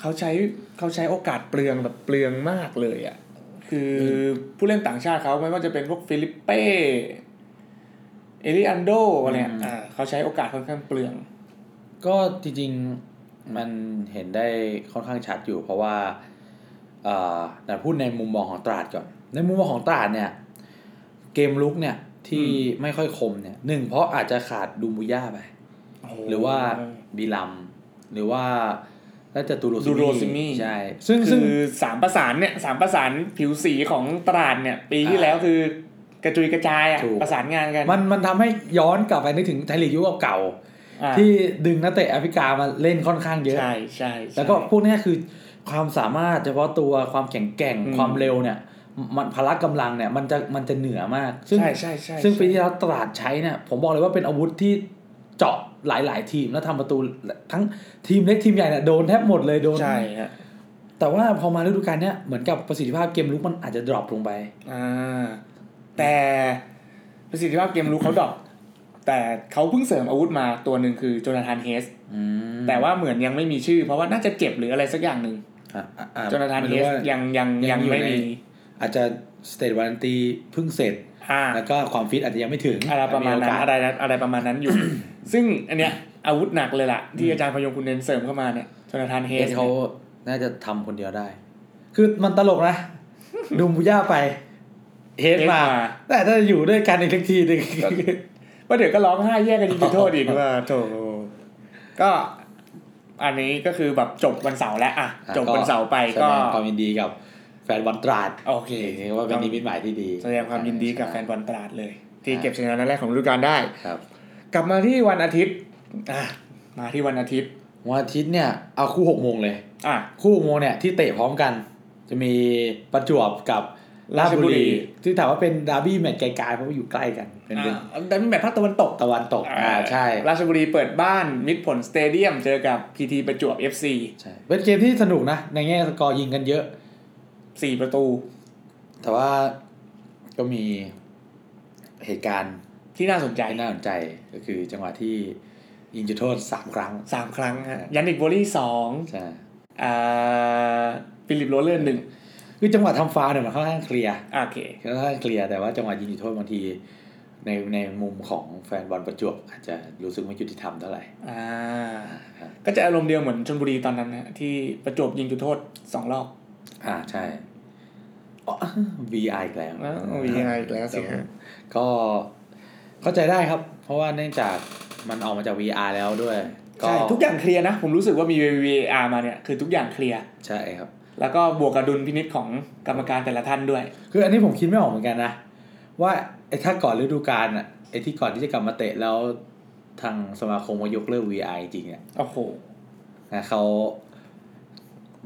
เขาใช้เขาใช้โอกาสเปลืองแบบเปลืองมากเลยอะ่ะ คือผู้เล่นต่างชาติเขาไม่ว่าจะเป็นพวกฟิลิปเป้ เอริอันโดอะไรเนี่ยอ่าเขาใช้โอกาสค่อนข้างเปลือง ก็จริงๆมันเห็นได้ค่อนข้างชัดอยู่ เพราะว่าเอ่อแต่พูดในมุมมองของตราดก่อน ในมุมมองของตราดเนี่ย เกมลุกเนี่ยที่ไม่ค่อยคมเนี่ยหนึ่งเพราะอาจจะขาดดูมบุย่าไป หรือว่าบีลัม หรือว่าน่าจะตูโร ดูโรซิ ซิ มี่ มีใช่ ซึ่งซึ่ง คือสามประสานเนี่ยสามประสานผิวสีของตราดเนี่ย ปีที่แล้วคือกระจุยกระจายอะ ถูก ประสานงานกัน มันมันทำให้ย้อนกลับไปนึกถึงไทยลีกยุคเก่า อ่า ๆที่ดึงนักเตะแอฟริกามาเล่นค่อนข้างเยอะ ใช่ใช่ใช่ แล้วก็พวกเนี้ยคือความสามารถเฉพาะตัวความแข็งแกร่ง อืม ความเร็วเนี่ย มันพละกำลังเนี่ยมันจะมันจะเหนือมาก ซึ่ง ใช่ใช่ใช่ ซึ่งปีที่แล้วตลาดใช้เนี่ยผมบอกเลยว่าเป็นอาวุธที่เจาะหลาย ๆ ทีมแล้วทำประตูทั้งทีมเล็กทีมใหญ่เนี่ยโดนแทบหมดเลยโดน ใช่ฮะ แต่ว่าพอมาฤดูกาลเนี้ยเหมือนกับประสิทธิภาพเกมลุกมันอาจจะดรอปลงไป อ่าแต่ประสิทธิภาพเกมรุกเขาดรอก แต่เขาเพิ่งเสริมอาวุธมาตัวหนึ่งคือโจนาธานเฮส อืม แต่ว่าเหมือนยังไม่มีชื่อ เพราะว่าน่าจะเจ็บหรืออะไรสักอย่างหนึ่ง อ่ะอ่ะอ่ะ โจนาธาน ไม่ เฮ รู้ ส ว่า ยังยัง ยั ยังง อยู่ ไม่ ใน มี อาจจะสเตทวันตีเพิ่งเสร็จ อ่า แล้วก็ความฟิตอาจจะยังไม่ถึง อะไรประมาณนั้น โกส อะไรนะอะไรประมาณนั้นอยู่ ซึ่งอันเนี้ยอาวุธหนักเลยล่ะ ที่อาจารย์พยงคุณเน้นเสริมเข้ามาเนี่ยจนทานเฮ เอสสเนี่ย เขาน่าจะทำคนเดียวได้ คือมันตล (laughs) กนะ ดูมูย่าไป เฮดมา แต่ถ้าจะอยู่ด้วยกันอีกสักทีหนึ่ง (laughs) ว่า (laughs) เดี๋ยวก็ร้องไห้แยกกันยิงจุดโทษอีกว่าโถก็อันนี้ก็คือแบบจบวันเสาร์แล้วอ่ะจบวันเสาร์ไป แสด ก็ งความยินดีกับแฟนบอลตราด โอเค ว่าเป็นนิมิตหมายที่ดี แสดงความยินดีกับแฟนบอลตราดเลย ที่เก็บชยชนะนัดแรกของฤดูกาลได้ ครับ กลับมาที่วันอาทิตย์อ่ะมาที่วันอาทิตย์ วันอาทิตย์เนี่ยเอาคู่หกโมงเลย อ่ะ คู่หกโมงเนี่ยที่เตะพร้อมกัน จะมีประจวบกับราชบุ ราชบุรี รีที่ถามว่าเป็นดาร์บี้แมตช์ไกลๆเพราะว่าอยู่ใกล้กันเป็นเรื่อง อ่ะแต่เป็นแบบภาคตะวันตก ตะวันตกอ่าใช่ ราชบุรีเปิดบ้านมิตรผลสเตเดียมเจอกับพีทีประจวบ FC ใช่เป็นเกมที่สนุกนะ ในแง่สกอร์ยิงกันเยอะ สี่ประตู แต่ว่าก็มีเหตุการณ์ ที่น่าสนใจ ที่น่าสนใจก็คือจังหวะที่ยิงจุดโทษสามครั้ง สามครั้งฮะยันนิกโบลี่สอง ใช่ อ่าฟิลิปโรเลอร์หนึ่ง คือจังหวะทำฟาวล์เนี่ยมันค่อนข้างเคลียร์ อ่ะโอเค ค่อนข้างเคลียร์แต่ว่าจังหวะยิงจุดโทษบางทีในในมุมของแฟนบอลประจวบอาจจะรู้สึกไม่ยุติธรรมเท่าไหร่ อ่า ครับ ก็จะอารมณ์เดียวเหมือนชลบุรีตอนนั้นฮะที่ประจวบยิงจุดโทษสองรอบ อ่าใช่อ๋อ VI อีกแล้ว อ้าว VI อีกแล้วสิฮะ ก็เข้าใจได้ครับ เพราะว่าเนื่องจากมันออกมาจาก VR แล้วด้วย ใช่ ทุกอย่างเคลียร์นะ ผมรู้สึกว่ามี VAR มาเนี่ย คือทุกอย่างเคลียร์ ใช่ครับ แล้วก็บวกกับดุลพินิษของกรรมการแต่ละท่านด้วย คืออันนี้ผมคิดไม่ออกเหมือนกันนะ ว่าไอ้ถ้าก่อนฤดูกาลอ่ะไอ้ที่ก่อนที่จะกลับมาเตะแล้วทางสมาคมมายกเลิก VI จริงเนี่ย โอ้โห นะเขา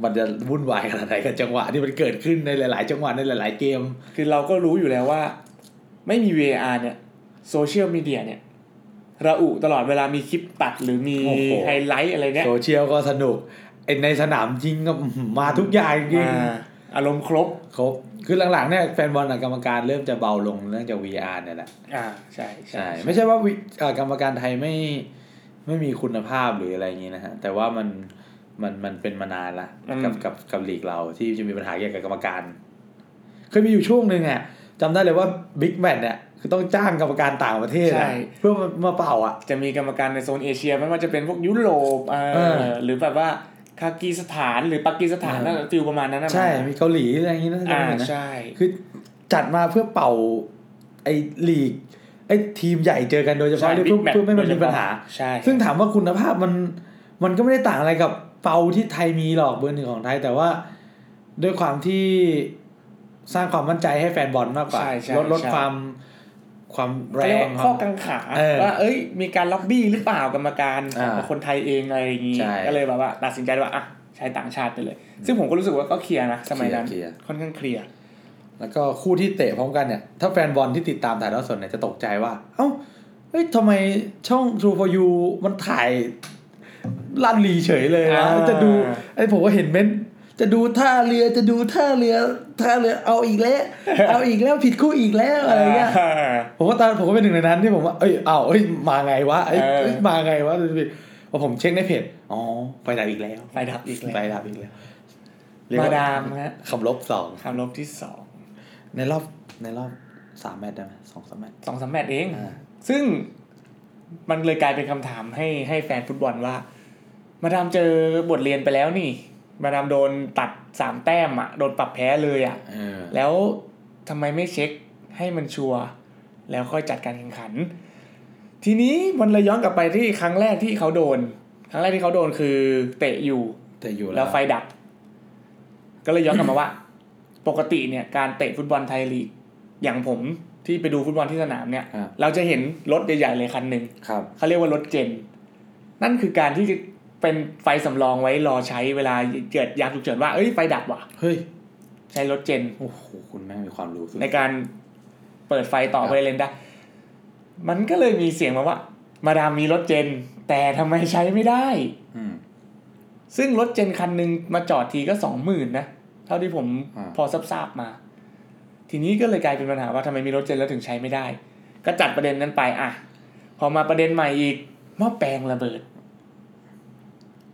มันจะวุ่นวายขนาดไหนกับจังหวะที่มันเกิดขึ้นในหลาย ๆ จังหวะในหลาย ๆ เกม คือเราก็รู้อยู่แล้วว่า ไม่มี VAR เนี่ยโซเชียลมีเดียเนี่ย ระอุตลอดเวลามีคลิปตัดหรือมี โอ้โห ไฮไลท์อะไรเนี่ย โซเชียลก็สนุกไอ้ในสนามจริงก็อื้อหือมาทุกอย่างจริง อ่าอารมณ์ครบ ครบ คือหลัง ๆ เนี่ยแฟนบอลกับกรรมการเริ่มจะเบาลงเนื่องจาก VR เนี่ยแหละ อ่าใช่ ใช่ ไม่ใช่ว่าวิเอ่อกรรมการไทยไม่ไม่มีคุณภาพหรืออะไรอย่างนี้นะฮะ แต่ว่ามันมันมันเป็นมานานละกับกับกับลีกเราที่จะมีปัญหาเกี่ยวกับกรรมการ เคยมีอยู่ช่วงหนึ่งอ่ะจำได้เลยว่าบิ๊กแมตเนี่ยคือต้องจ้างกรรมการต่างประเทศอะเพื่อมามาเป่าอ่ะ จะมีกรรมการในโซนเอเชียไม่ว่าจะเป็นพวกยุโรปเออ เออ หรือแบบว่าคากีสถานหรือปากีสถาน เออ นั่นฟิลประมาณนั้นนะ ใช่มีเกาหลีอะไรอย่างนี้นะ อ่า จำได้นะ ใช่ คือจัดมาเพื่อเป่าไอ้ลีกไอ้ทีมใหญ่เจอกันโดยเฉพาะเพื่อเพื่อไม่ให้มันมีปัญหา ใช่ ซึ่งถามว่าคุณภาพมันมันก็ไม่ได้ต่างอะไรกับเปาที่ไทยมีหรอกเบอร์หนึ่งของไทย แต่ว่าด้วยความที่สร้างความมั่นใจให้แฟนบอลมากกว่า ใช่ใช่ ลดลด ใช่ ความความแร เขาเรียก ง ว่า ค ข้อ วาม กังขา เออ ว่าเอ้ย มีการล็อบบี้หรือเปล่ากรรมการของ อ่า คนไทยเองอะไรอย่างงี้ ใช่ ก็เลยแบบว่าตัดสินใจว่าอ่ะใช้ต่างชาติไปเลย ซึ่งผมก็รู้สึกว่าก็เคลียร์นะสมัยนั้น เคลียร์ ค่อนข้างเคลียร์ แล้วก็คู่ที่เตะพร้อมกันเนี่ย ถ้าแฟนบอลที่ติดตามถ่ายทอดสดเนี่ยจะตกใจว่า เอ้าเฮ้ยทำไมช่อง True for You มันถ่ายลั่นลีเฉยเลยวะ อ่า จะดูไอ้ผมก็เห็นเม้นต์จะดูท่าเรือจะดูท่าเรือท่าเรือเอาอีกแล้ว เอาอีกแล้วผิดคู่อีกแล้วอะไรเงี้ย ผมก็ตอนผมก็เป็นหนึ่งในนั้นที่ผมว่าเอ้ยอ้าวเอ้ย มาไงวะเอ้ย เออ เอ้ยมาไงวะพอผมเช็คในเพจ อ๋อ ไฟดับอีกแล้ว ไฟดับอีก ไฟ แล้ว ดับอีกแล้ว มาดามฮะ คำลบสอง คำลบที่สอง ในรอบ ในรอบสามแมตช์ได้ไหมสองสามแมตช์ สองสามแมตช์เอง อ่า ซึ่งมันเลยกลายเป็นคำถามให้ให้แฟนฟุตบอลว่า มาดามเจอบทเรียนไปแล้วนี่ มาดามโดนตัดสามแต้มอะโดนปรับแพ้เลยอะ เออ แล้วทำไมไม่เช็คให้มันชัวร์แล้วค่อยจัดการแข่งขัน ทีนี้มันเลยย้อนกลับไปที่ครั้งแรกที่เขาโดน ครั้งแรกที่เขาโดนคือเตะอยู่ แต่อยู่ แล้วไฟดับ ก็เลยย้อนกลับมาว่า ปกติเนี่ยการเตะฟุตบอลไทยลีก อย่างผมที่ไปดูฟุตบอลที่สนามเนี่ย อ่ะ เราจะเห็นรถใหญ่ๆเลยคันหนึ่ง ครับ เขาเรียกว่ารถเจน นั่นคือการที่เป็นไฟสำรองไว้รอใช้เวลาเกิดยามฉุกเฉินว่าเอ้ยไฟดับว่ะ เฮ้ย ใช้รถเจน โอ้โห คุณแม่งมีความรู้สุด ในการเปิดไฟต่อ ครับ ไปเลนได้ มันก็เลยมีเสียงมาว่า มาดามมีรถเจน แต่ทำไมใช้ไม่ได้ อืม ซึ่งรถเจนคันหนึ่งมาจอดทีก็สองหมื่นนะ เท่าที่ผม อ่า พอทราบๆมา ทีนี้ก็เลยกลายเป็นปัญหาว่าทำไมมีรถเจนแล้วถึงใช้ไม่ได้ ก็จัดประเด็นนั้นไปอ่ะ พอ อมาประเด็นใหม่อีกหม้อแปลงระเบิด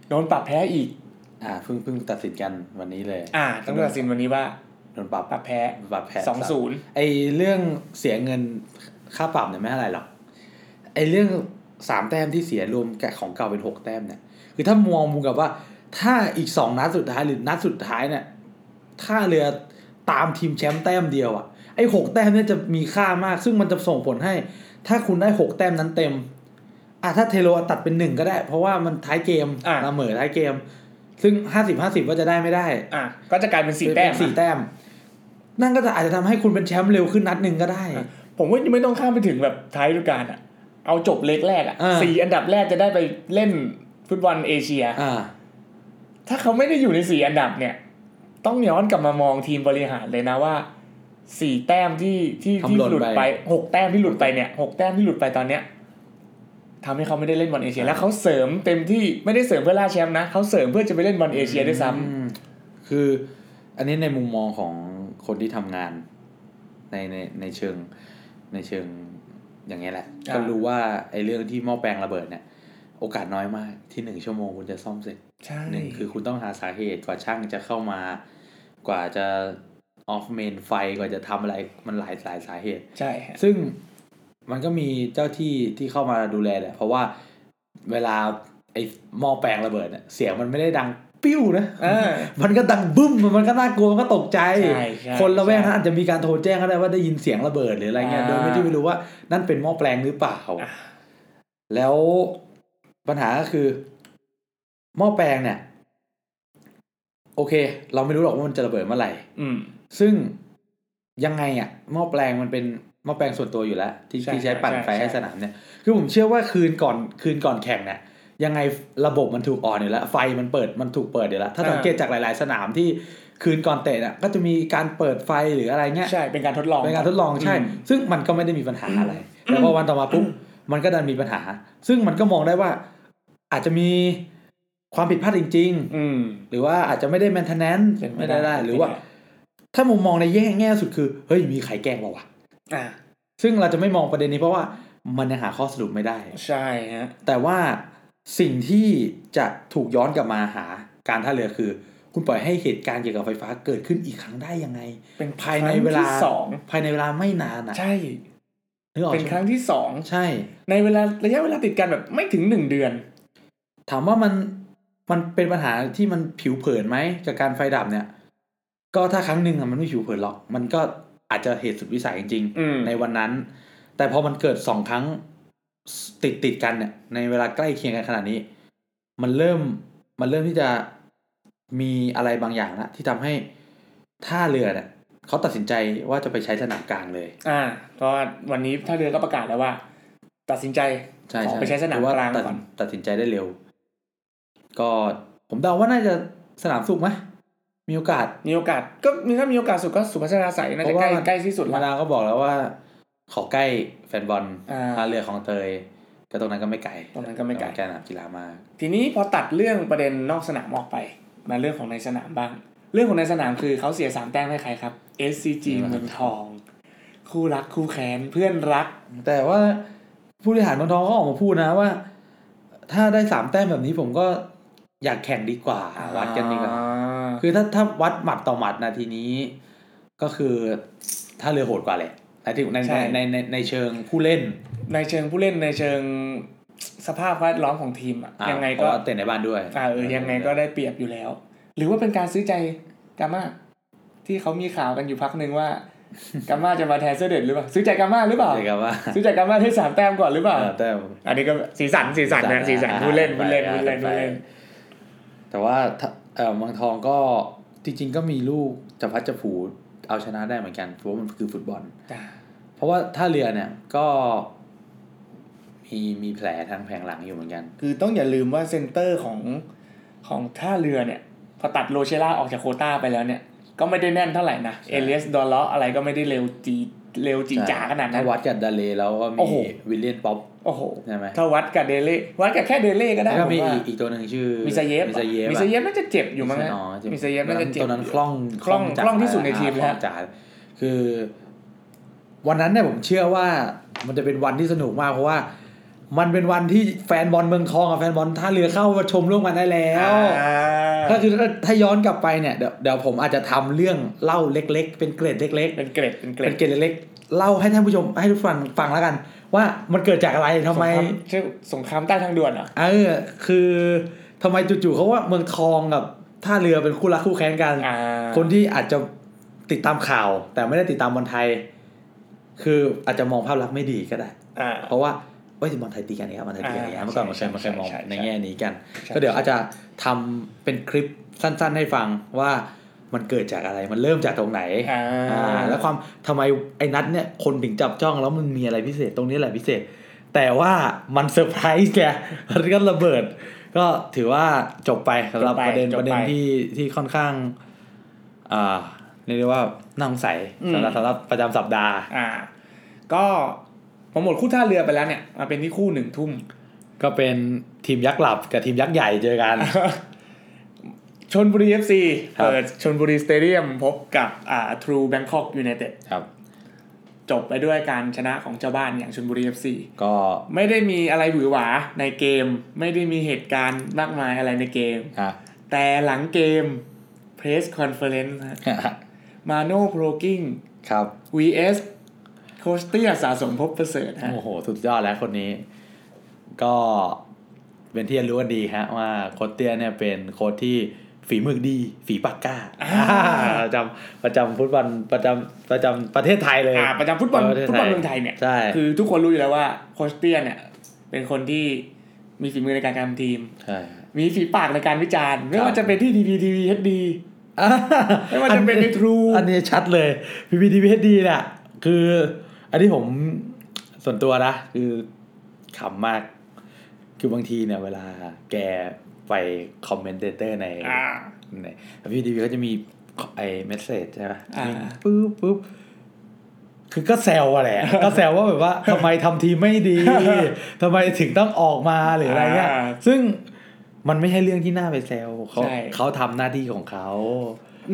โดนปรับแพ้อีก อ่าเพิ่งเพิ่งตัดสินกันวันนี้เลย อ่าต้องตัดสินวันนี้ว่า โดนปรับ ปรับแพ้ ปรับแพ้ สองศูนย์ ไอเรื่องเสียเงินค่าปรับเนี่ยไม่เท่าไหร่หรอกไอเรื่องสามแต้มที่เสียรวมกับของเก่าเป็นหกแต้มเนี่ยคือถ้ามองมุมกับว่า ถ้าอีกสองนัดสุดท้ายหรือนัดสุดท้ายเนี่ยถ้าเรือตามทีมแชมป์แต้มเดียวอะ่ะไอหกแต้มเนี่ยจะมีค่ามาก ซึ่งมันจะส่งผลให้ ถ้าคุณได้หกแต้มนั้นเต็มอ่ะถ้าเทโรตัดเป็นหนึ่งก็ได้ เพราะว่ามันท้ายเกม อ่ะ เสมอท้ายเกม ซึ่งห้าสิบห้าสิบว่าจะได้ไม่ได้ อ่ะก็จะกลายเป็นสี่แต้ม สี่แต้ม นั่นก็จะอาจจะทำให้คุณเป็นแชมป์เร็วขึ้นนัดหนึ่งก็ได้ อ่ะผมว่าไม่ต้องข้ามไปถึงแบบท้ายฤดูกาลอ่ะ เอาจบเล็กแรกอ่ะ อ่า สี่อันดับแรกจะได้ไปเล่นฟุตบอลเอเชีย อ่า ถ้าเขาไม่ได้อยู่ในสี่อันดับเนี่ย ต้องย้อนกลับมามองทีมบริหารเลยนะว่าสี่แต้มที่ที่ที่ ทำหล่น หลุดไป ไป หกแต้มที่หลุดไปเนี่ยหกแต้มที่หลุดไปตอนเนี้ยทำให้เขาไม่ได้เล่นบอลเอเชีย แล้วเขาเสริมเต็มที่ไม่ได้เสริมเพื่อล่าแชมป์นะเขาเสริมเพื่อจะไปเล่นบอลเอเชียด้วยซ้ำ อืมคืออันนี้ในมุมมองของคนที่ทำงานในในในเชิงในเชิงอย่างเงี้ยแหละ า ก็รู้ว่าไอ้เรื่องที่หม้อแปลงระเบิดเนี่ย โอกาสน้อยมากที่หนึ่งชั่วโมงคุณจะซ่อมเสร็จ ใช่ หนึ่งคือคุณต้องหาสาเหตุกว่าช่างจะเข้ามากว่าจะออฟเมนไฟกว่าจะทำอะไรมันหลายหลายสาเหตุ ใช่ฮะ ซึ่งมันก็มีเจ้าที่ที่เข้ามาดูแลแหละเพราะว่าเวลาไอ้หม้อแปลงระเบิดเนี่ยเสียงมันไม่ได้ดังปิ้วนะ อ่า มันก็ดังบึ้มมันก็น่ากลัวมันก็ตกใจ ใช่ใช่ คนระแวกนั้นอาจจะมีการโทรแจ้งก็ได้ว่าได้ยินเสียงระเบิดหรืออะไรเงี้ย อ่า โดยไม่ที่ไม่รู้ว่านั่นเป็นหม้อแปลงหรือเปล่า อ่า แล้วปัญหาก็คือหม้อแปลงเนี่ย โอเค เราไม่รู้หรอกว่ามันจะระเบิดเมื่อไหร่ อืม ซึ่งยังไงอ่ะหม้อแปลงมันเป็นหม้อแปลงส่วนตัวอยู่แล้วที่ ใช่ ที่ใช้ปั่นไฟ ใช่ใช่ ให้สนามเนี่ยคือผมเชื่อว่าคืนก่อนคืนก่อนแข่งเนี่ยยังไงระบบมันถูกออนอยู่แล้วไฟมันเปิดมันถูกเปิดอยู่แล้วถ้าสังเกตจากหลาย ๆ สนามที่คืนก่อนเตะน่ะก็จะมีการเปิดไฟหรืออะไรเงี้ย ใช่เป็นการทดลอง เป็นการทดลองใช่ อืม ซึ่งมันก็ไม่ได้มีปัญหาอะไรแต่พอวันต่อมาปุ๊บมันก็ดันมีปัญหา ซึ่งมันก็มองได้ว่าอาจจะมีความผิดพลาดจริง ๆ อืม หรือว่าอาจจะไม่ได้ maintenance เป็นไม่ ไม่ ได้ ได้ได้ หรือว่า เป็นไม่ได้ ถ้ามุมมองในแง่แง่สุดคือ เฮ้ย มีใครแกล้งเราวะ อ่า ซึ่งเราจะไม่มองประเด็นนี้เพราะว่ามันยังหาข้อสรุปไม่ได้ ใช่ฮะ แต่ว่าสิ่งที่จะถูกย้อนกลับมาหาการท่าเรือคือ คุณปล่อยให้เหตุการณ์เกี่ยวกับไฟฟ้าเกิดขึ้นอีกครั้งได้ยังไง เป็น ภายในเวลา ครั้งที่สอง ภายในเวลาไม่นานอ่ะ ใช่ นึกออก เป็นค ใช่ รั้ ไหม งที่สอง ใช่ ในเวลาระยะเวลาติดกันแบบไม่ถึงหนึ่งเดือน ถามว่ามันมันเป็นปัญหาที่มันผิวเผินไหมจากการไฟดับเนี่ย ก็ถ้าครั้งหนึ่งอะมันไม่ผิวเผินหรอก มันก็อาจจะเหตุสุดวิสัยจริง อืม ในวันนั้น แต่พอมันเกิดสองครั้งติดติดกันเนี่ยในเวลาใกล้เคียงกันขนาดนี้ มันเริ่มมันเริ่มที่จะมีอะไรบางอย่างละที่ทำให้ท่าเรือเนี่ยเขาตัดสินใจว่าจะไปใช้สนามกลางเลย อ่าเพราะว่าวันนี้ท่าเรือก็ประกาศแล้วว่า ตัดสินใจ ใช่ ขอไปใช้สนาม หรือว่ กลาง ตัด ก่อน ตัดสินใจได้เร็ว ก็ผมเดาว่าน่าจะสนามสุกไหมมีโอกาส มีโอกาสก็มีถ้ามีโอกาสสุดก็สุภาชราใสน่า เพ จะ ราะ ใกล้ ว่า ใกล้ที่สุด มา แล้ว ดามก็บอกแล้วว่า ขอใกล้แฟนบอล อ่า ท่าเรือของเตย ก็ตรงนั้นก็ไม่ไกล ตรงนั้นก็ไม่ไกล การสนามกีฬามาก ทีนี้พอตัดเรื่องประเด็นนอกสนามออกไป มาเรื่องของในสนามบ้าง เรื่องของในสนามคือเขาเสียสามแต้มให้ใครครับ SCG อืม เมืองทอง คู่รักคู่แค้นเพื่อนรัก แต่ว่าผู้บริหารเมืองทองก็ออกมาพูดนะว่า ถ้าได้สามแต้มแบบนี้ผมก็อยากแข่งดีกว่า วัดกันดีกว่า คือถ้าถ้าวัดหมัดต่อหมัดนาทีนี้ ก็คือท่าเรือโหดกว่าแหละในที่ใน ใช่ ในในในในเชิงผู้เล่น ในเชิงผู้เล่นในเชิงสภาพแวดล้อมของทีมอะ อ่ะ ยังไง เพ ก็ ราะว่าเตะในบ้านด้วย อ่าเออยังไงก็ได้เปรียบอยู่แล้ว หรือว่าเป็นการซื้อใจกามาที่เขามีข่าวกันอยู่พักหนึ่งว่า กามาจะมาแทนเสื้อเด็ดหรือเปล่าซื้อใจกามาหรือเปล่า เตะกับว่า ซื้อใจกามาที่สามแต้มก่อนหรือเปล่า เออแต่ อันนี้ก็สีสันสีสันนะสีสันผู้เล่นผู้เล่นผู้เล่น ไป ผู้เล่น แต่ว่าถ้าเออเมืองทองก็จริง ๆ ก็มีลูกจะพัดจะผูเอาชนะได้เหมือนกันเพราะว่ามันคือฟุตบอล เพราะว่าท่าเรือเนี่ยก็มีมีแผลทางแผงหลังอยู่เหมือนกัน คือต้องอย่าลืมว่าเซนเตอร์ของของท่าเรือเนี่ย พอตัดโรเชล่าออกจากโควต้าไปแล้วเนี่ย ก็ไม่ได้แน่นเท่าไหร่นะ ใช่ เอเลียสดอลเลาะอะไรก็ไม่ได้เร็วจีเร็วจีจ๋าขนาดนั้น ถ้วัดกับดาเลแล้วก็ โอ้ มี โห วิลเลียนป๊อป โอ้โห ใช่ไหม ถ้าวัดกับเดเล่วัดกับแค่เดเล่ก็ได้ แล้วก็มี ผมว่า อีกอีกตัวหนึ่งชื่อ มิซาเยฟ มิซาเยฟ มิ อะ ซาเยฟน่าจะเจ็บอยู่มั้งนะ อ๋อจ็บ มิซาเยฟน่าจะเจ็บ ตอนนั้นคล่อง คล่อง จัด คล่องที่สุดในทีมแล้ว คองจัดคือ วันนั้นเนี่ยผมเชื่อว่ามันจะเป็นวันที่สนุกมากเพราะว่า มันเป็นวันที่แฟนบอลเมืองทองกับแฟนบอลท่าเรือเข้ามาชมร่วมกันได้แล้ว อ่า ถ้าคือถ้าถ้าย้อนกลับไปเนี่ยเดี๋ยวเดี๋ยวผมอาจจะทำเรื่องเล่าเล็ก ๆ เป็นเกร็ดเล็ก ๆ เป็นเกร็ดเป็นเกร็ เป็ ด นเกร็ดเล็กๆเล่าให้ท่านผู้ชมให้ทุกฟังฟังแล้วกัน ว่ามันเกิดจากอะไรทำไม สงครามชื่อสงครามใต้ทางด่วนเหรอ่ะ เออ คือทำไมจู่ๆเขาว่าเมืองทองกับท่าเรือเป็นคู่รักคู่แค้นกัน อ่า คนที่อาจจะติดตามข่าว แต่ไม่ได้ติดตามบอลไทย คืออาจจะมองภาพลักษณ์ไม่ดีก็ได้ อ่า เพราะว่าเอ้ยบอลไทยตีกันอย่างเงี้ยบอลไทยตีกันอย่างเงี้ย อ่า เมื่อก่อนมันเค ใช่ ยมันเคยมอง ใช่ใช่ ในแง่นี้กัน ใช่ ก็เดี๋ยวอาจจะทำเป็นคลิปสั้น ๆ ให้ฟังว่ามันเกิดจากอะไรมันเริ่มจากตรงไหน อ่า อ่าแล้วความทำไมไอ้นัดเนี่ยคนถึงจับจ้องแล้วมันมีอะไรพิเศษตรงนี้แหละพิเศษ แต่ว่ามันเซอร์ไพรส์แก (laughs) มันก็ระเบิด ก็ถือว่าจบไปสำหรับประเด็น จบ ป ไประ เด็นที่ที่ค่อนข้างอ่าเรียกได้ว่าน่าสงสัย อืม สำหรับสำหรับประจำสัปดาห์ อ่า ก็พอหมดคู่ท่าเรือไปแล้วเนี่ยมาเป็นที่คู่หนึ่งทุ่ม (laughs) ก็เป็นทีมยักษ์หลับกับทีมยักษ์ใหญ่เจอกัน ชนบุรี FC ครับ เปิดชนบุรีสเตเดียมพบกับอ่าทรูแบงคอกยูไนเต็ด ครับ จบไปด้วยการชนะของเจ้าบ้านอย่างชนบุรี FC ก็ ไม่ได้มีอะไรหวือหวาในเกม ไม่ได้มีเหตุการณ์มากมายอะไรในเกม อ่ะ (laughs) แต่หลังเกม Press Conference ฮะมาโน่โปรกิ้ง ครับ vs โคชเตียสะสมพบประเสริฐฮะ โอ้โห สุดยอดแล้วคนนี้ ก็เป็นที่รู้กันดีฮะว่าโคชเตียเนี่ยเป็นโค้ชที่ฝีมือดี ฝีปากกล้าประจำประจำฟุตบอลประจำประจำประเทศไทยเลย อ่าประจำฟุตบอล ประเทศไทย ฟุตบอลเมืองไทยเนี่ย ใช่ คือทุกคนรู้อยู่แล้วว่าโคชเตียเนี่ย เป็นคนที่มีฝีมือในการกำทีม ใช่ มีฝีปากในการวิจารณ์ ไม่ว่าจะเป็นที่ดีดีทีวีเฮดดี อ่ะ ไม่ว่าจะเป็นใน True อันนี้ชัดเลยพีพีทีพีดีเนี่ยคือ อันนี้ผมส่วนตัวนะ คือขำมาก คือบางทีเนี่ย เวลาแกไปคอมเมนเตเตอร์ใน อ่า เนี่ยแล้วพี่ดีวีก็จะมีไอ้เมสเซจใช่ไหม อ่า ปุ๊บปุ๊บคือก็แซวอะแหละ ก็แซวว่าแบบ (laughs) ว่าทำไมทำทีมไม่ดีทำไมถึงต้องออกมาหรืออะไรเงี้ย อ่า ซึ่งมันไม่ใช่เรื่องที่น่าไปแซวเขา ใช่ เขาทำหน้าที่ของเขา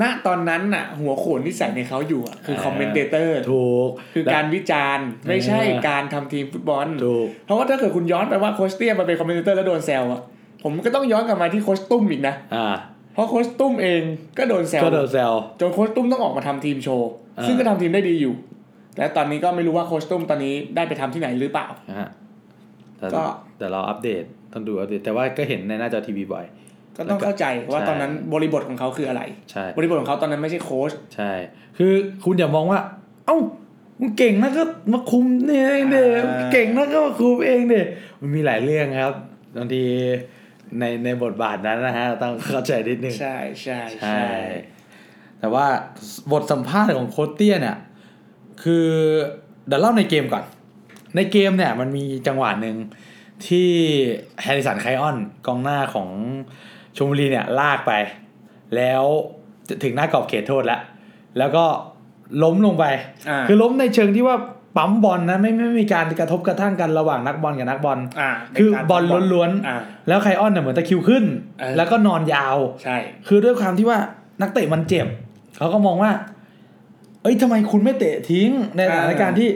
ณตอนนั้นน่ะ หัวโขนที่ใส่ในเขาอยู่อะคือ เออ คอมเมนเตเตอร์ ถูก คือการวิจารณ์ไม่ใช่การทำทีมฟุตบอล ถูก เพราะว่าถ้าเกิดคุณย้อนไปว่าโคชเตียมาเป็นคอมเมนเตอร์แล้วโดนแซวอะผมก็ต้องย้อนกลับมาที่โคชตุ้มอีกนะ อ่า เพราะโคชตุ้มเองก็โดนแซว ก็โดนแซว จนโคชตุ้มต้องออกมาทำทีมโชว์ อ่า ซึ่งก็ทำทีมได้ดีอยู่ และตอนนี้ก็ไม่รู้ว่าโคชตุ้มตอนนี้ได้ไปทำที่ไหนหรือเปล่า นะฮะแต่ ก็ แต่เราอัปเดตต้องดูอัปเดต แต่ว่าก็เห็นในหน้าจอทีวีบ่อย ก็ต้องเข้าใจว่า ใช่ ตอนนั้นบริบทของเขาคืออะไร ใช่ บริบทของเขาตอนนั้นไม่ใช่โค้ช ใช่ คือคุณอย่ามองว่า เอ้ามึงเก่งนะก็มาคุมนี่เองเด อ่า เก่งนะก็มาคุมเองเดมันมีหลายเรื่องครับ บางทีในในบทบาทนั้นนะฮะต้องเข้าใจนิดนึง ใช่ใช่ ใช่ แต่ว่าบทสัมภาษณ์ของโคชเตี้ยเนี่ย คือเดี๋ยวเล่าในเกมก่อน ในเกมเนี่ยมันมีจังหวะหนึ่งที่แฮร์ริสันไคออนกองหน้าของชมบุรีเนี่ยลากไป แล้วจะถึงหน้ากรอบเขตโทษแล้ว แล้วก็ล้มลงไป อ่า คือล้มในเชิงที่ว่าปั๊มบอลนะไม่ไม่ไม่มีการกระทบกระทั่งกันระหว่างนักบอลกับนักบอล อ่า คือ ในการ บอลล้วน อ่า ๆ แล้วไคออนเนี่ยเหมือนตะคริวขึ้น เออ แล้วก็นอนยาว ใช่ คือด้วยความที่ว่านักเตะมันเจ็บ เขาก็มองว่า เอ้ยทำไมคุณไม่เตะทิ้งในสถานการณ์ที่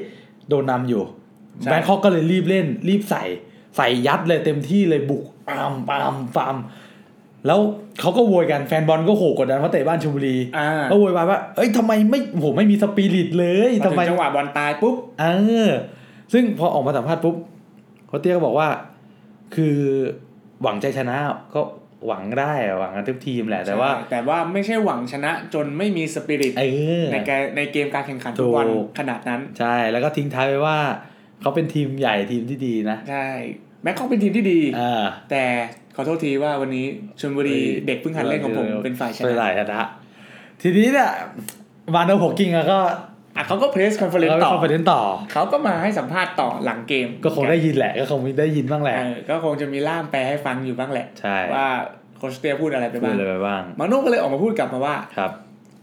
โดนนำอยู่ ใช่ แบงคอกก็เลยรีบเล่น รีบใส่ ใส่ยัดเลยเต็มที่เลยบุกปามปามปามแล้วเขาก็โวยกันแฟนบอลก็โหกดดันเพราะเตะบ้านชลบุรี อ่า ก็โวยวายว่า เอ้ยทำไมไม่โหไม่มีสปิริตเลย พอ ทำไม ถึงจังหวะบอลตายปุ๊บ เออซึ่งพอออกมาสัมภาษณ์ปุ๊บโคชเตี้ยก็บอกว่า คือหวังใจชนะก็หวังได้อะหวังกันทุกทีมแหละ แต่ว่า แต่ว่าไม่ใช่หวังชนะจนไม่มีสปิริต เออ ในการในเกมการแข่งขันฟุตบอล ถูก ขนาดนั้น ใช่ แล้วก็ทิ้งท้ายไว้ว่า เขาเป็นทีมใหญ่ทีมที่ดีนะ ใช่แม็กก็เป็นทีมที่ดี เอ่า แต่ขอโทษทีว่าวันนี้ชลบุรีเด็กเพิ่งหัดเล่นของผมเป็นฝ่ายช เป็น นะ ฝ่ายชนะทีนี้เนี่ยมาโนโพกิ้งอะก็ อ่ะเขาก็เพรสคอนเฟอเรน เรา ซ์ ก็ ต่อ เข้าไปเล่นต่อ เขาก็มาให้สัมภาษณ์ต่อหลังเกม ก็คงได้ยินแหละ ก็คงได้ยินบ้างแหละ เออก็คงจะมีล่ามแปลให้ฟังอยู่บ้างแหละ ใช่ ว่าโคชเตียพูดอะไรไป พูด บ้าง อะไรไปบ้าง มาโน่ก็เลยออกมาพูดกลับมาว่า ครับ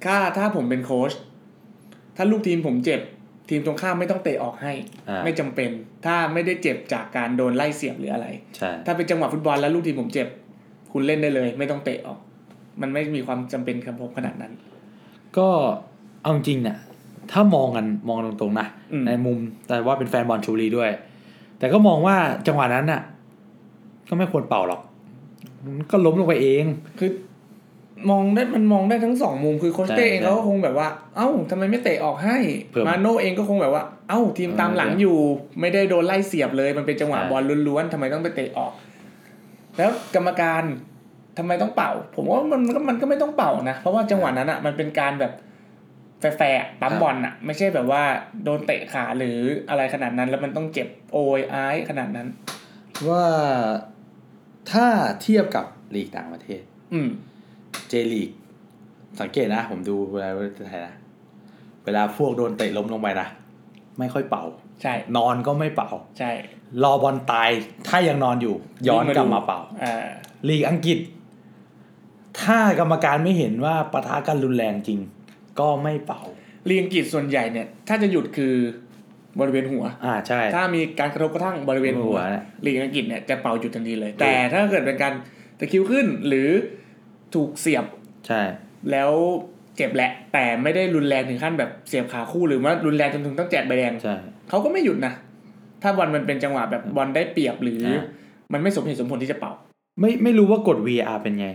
ถ้าถ้าผมเป็นโค้ชถ้าลูกทีมผมเจ็บ ทีมตรงข้ามไม่ต้องเตะออกให้ อ่า ไม่จำเป็น ถ้าไม่ได้เจ็บจากการโดนไล่เสียบหรืออะไร ใช่ ถ้าเป็นจังหวะฟุตบอลแล้วลูกทีมผมเจ็บ คุณเล่นได้เลย ไม่ต้องเตะออก มันไม่มีความจำเป็นครับผมขนาดนั้น ก็เอาจริงเนี่ยถ้ามองกันมองตรงๆนะ อืม ในมุมแต่ว่าเป็นแฟนบอลชลบุรีด้วย แต่ก็มองว่าจังหวะนั้นน่ะ ก็ไม่ควรเป่าหรอกมันก็ล้มลงไปเอง คือมองได้มันมองได้ทั้งสองมุมคือโคชใช่เต้เองเขาก็คงแบบว่า เอ้าทำไมไม่เตะออกให้ เพิ่ม มาโน่เองก็คงแบบว่า เอ้าทีมตามหลังอยู่ ไม่ได้โดนไล่เสียบเลย มันเป็นจังหวะ ใช่ บอลล้วนๆทำไมต้องไปเตะออก แล้วกรรมการทำไมต้องเป่า ผมว่ามันมันก็มันก็ไม่ต้องเป่านะ เพราะว่าจังหวะนั้นอ่ะมันเป็นการแบบแฟร์ๆปั๊มบอลอ่ะ ไม่ใช่แบบว่าโดนเตะขาหรืออะไรขนาดนั้นแล้วมันต้องเจ็บโอยอายขนาดนั้น ว่าถ้าเทียบกับลีกต่างประเทศ อืม เจลีก สังเกตนะ ผมดูเวลาไทยนะ เวลาพวกโดนเตะล้มลงไปนะ ไม่ค่อยเป่า ใช่ นอนก็ไม่เป่า ใช่ รอบอลตาย ถ้ายังนอนอยู่ ย้อนกลับมาเป่า อ่า ลีกอังกฤษ ถ้ากรรมการไม่เห็นว่าปะทะกันรุนแรงจริง ก็ไม่เป่า ลีกอังกฤษส่วนใหญ่เนี่ย ถ้าจะหยุดคือบริเวณหัว อ่าใช่ ถ้ามีการกระทบกระทั่งบริเวณหั หั ว วเนี่ย ลีกอังกฤษเนี่ยจะเป่าหยุดทันทีเลย แต่ถ้าเกิดเป็นการตะคริวขึ้นหรือถูกเสียบ ใช่ แล้วเจ็บแหละ แต่ไม่ได้รุนแรงถึงขั้นแบบเสียบขาคู่หรือว่ารุนแรงจนถึงต้องแจกใบแดง ใช่ เขาก็ไม่หยุดนะ ถ้าบอลมันเป็นจังหวะแบบบอลได้เปรียบหรือ อ่า มันไม่สมเหตุสมผลที่จะเป่า ไม่ไม่รู้ว่ากฎ VR เป็นไง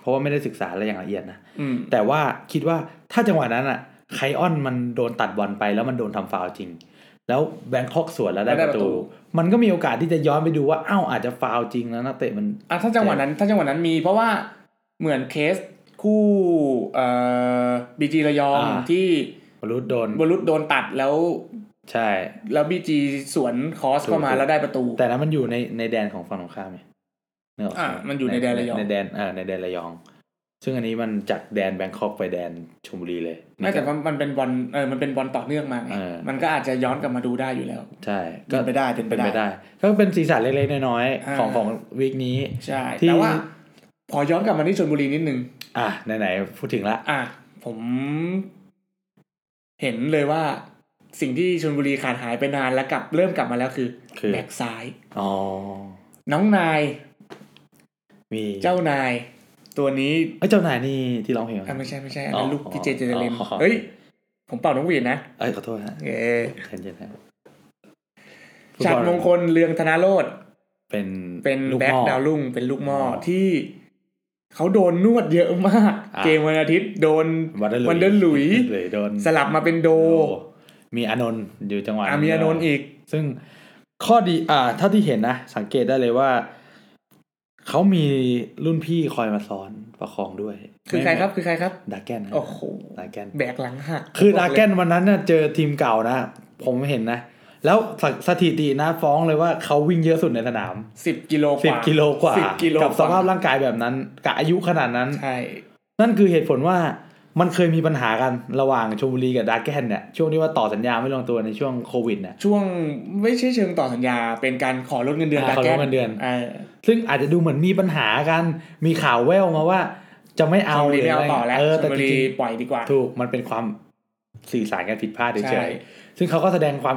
เพราะว่าไม่ได้ศึกษาอะไรอย่างละเอียดนะ อืม แต่ว่าคิดว่าถ้าจังหวะนั้นอะไคออนมันโดนตัดบอลไปแล้วมันโดนทำฟาวล์จริง แล้วแบงคอกสวนแล้วได้ แล้วได้ ประ ประตู ตู มันก็มีโอกาสที่จะย้อนไปดูว่าอ้าวอาจจะฟาวล์จริงแล้วนักเตะมัน อ่ะถ้าจังหวะนั้นถ้าจังหวะนั้นมีเพราะว่าเหมือนเคสคู่เอ่อบีจีระยอง อ่า ที่ วรุษโดน บอลลุดโดนตัดแล้ว ใช่ แล้วบีจีสวนคอสเข้ามา ถูกๆ แล้วได้ประตู แต่นั้นมันอยู่ในในแดนของฝั่งตรงข้ามไงเนกกไห อ่ะมันอยู่ในแดนระยอง ในแดนอ่าในแดนระยอง ซึ่งอันนี้มันจากแดนแบงคอกไปแดนชลบุรีเลย ไม่แต่ ก็ ว่ามันเป็นบอลเออมันเป็นบอลต่อเนื่องมาไง เออ มันก็อาจจะย้อนกลับมาดูได้อยู่แล้ว ใช่ก็ เป็นไปได้เป็นไป เป็น ได้ ไปได้ ก็เป็นสีสันเล็กๆน้อย อ่า ๆของของวีคนี้ ใช่ ที่ แต่ว่าขอย้อนกลับมาที่ชลบุรีนิดนึง อ่ะไหนๆพูดถึงละ อ่ะผม เห็นเลยว่าสิ่งที่ชลบุรีขาดหายไปนานแล้วกลับเริ่มกลับมาแล้วคือ คือ แบ็กซ้าย อ๋อ น้องนาย มี เจ้านายตัวนี้ เอ้ยเจ้านายนี่ที่ร้องเพลงเหรอ อ่ะไม่ใช่ไม่ใช่อันนั้ อ๋ น อ ลูกที่เจเจเจเลน อ๋อ เฮ้ย ผมเป่าน้องหวีดนะ เอ้ยขอโทษฮะ เออ เย็นๆนะ ฉัดมงคลเรืองธนาโรธ เป็น เป็น ลูก แบ็ค หม้อ ดาวรุ่งเป็นลูกหม้อ อ๋อ ที่เขาโดนนวดเยอะมาก อ่ะ เกมวันอาทิตย์โดน วันเดอร์ วันเดอร์หลุย เลยโดน สลับมาเป็นโด โอ้มีอานนท์อยู่จังหวัด อามีอานนท์อีก ซึ่งข้อดีอ่าเท่าที่เห็นนะ สังเกตได้เลยว่า เขามีรุ่นพี่คอยมาสอนประคองด้วย คือใครครับคือใครครับ ดาแกนนะ โอ้โห ดาแกน แบกหลังหัก คือดราแกนวันนั้นน่ะเจอทีมเก่านะ ผมเห็นนะ แล้วสสถิตินะฟ้องเลยว่าเขาวิ่งเยอะสุดในสนาม สิบกิโลก สิบ ว่า กิโลกว่า สิบกิโล กับสภาพ ว่ ร่างกายแบบนั้น กับอายุขนาดนั้น ใช่ นั่นคือเหตุผลว่ามันเคยมีปัญหากันระหว่างชมบุรีกับดราแกนเนี่ยช่วงที่ว่าต่อสัญญาไม่ลงตัวในช่วงโควิดเนี่ย ช่วงไม่ใช่เชิงต่อสัญญาเป็นการขอลดเงินเดือน อ่า ดาแก ขอล น ดเงินเดือน เออ ซึ่งอาจจะดูเหมือนมีปัญหากัน มีข่าวแววมาว่า จะไม่เอา ชลบุรีไม่เอา หรืะร ต่อแล้ว เออ ช แต่ ลบุ จ รี ริง ปล่อยดีกว่า ๆถูกมันเป็นความสื่อสารกันผิดพลาด ใช่ เฉยๆซึ่งเขาก็แสดงความ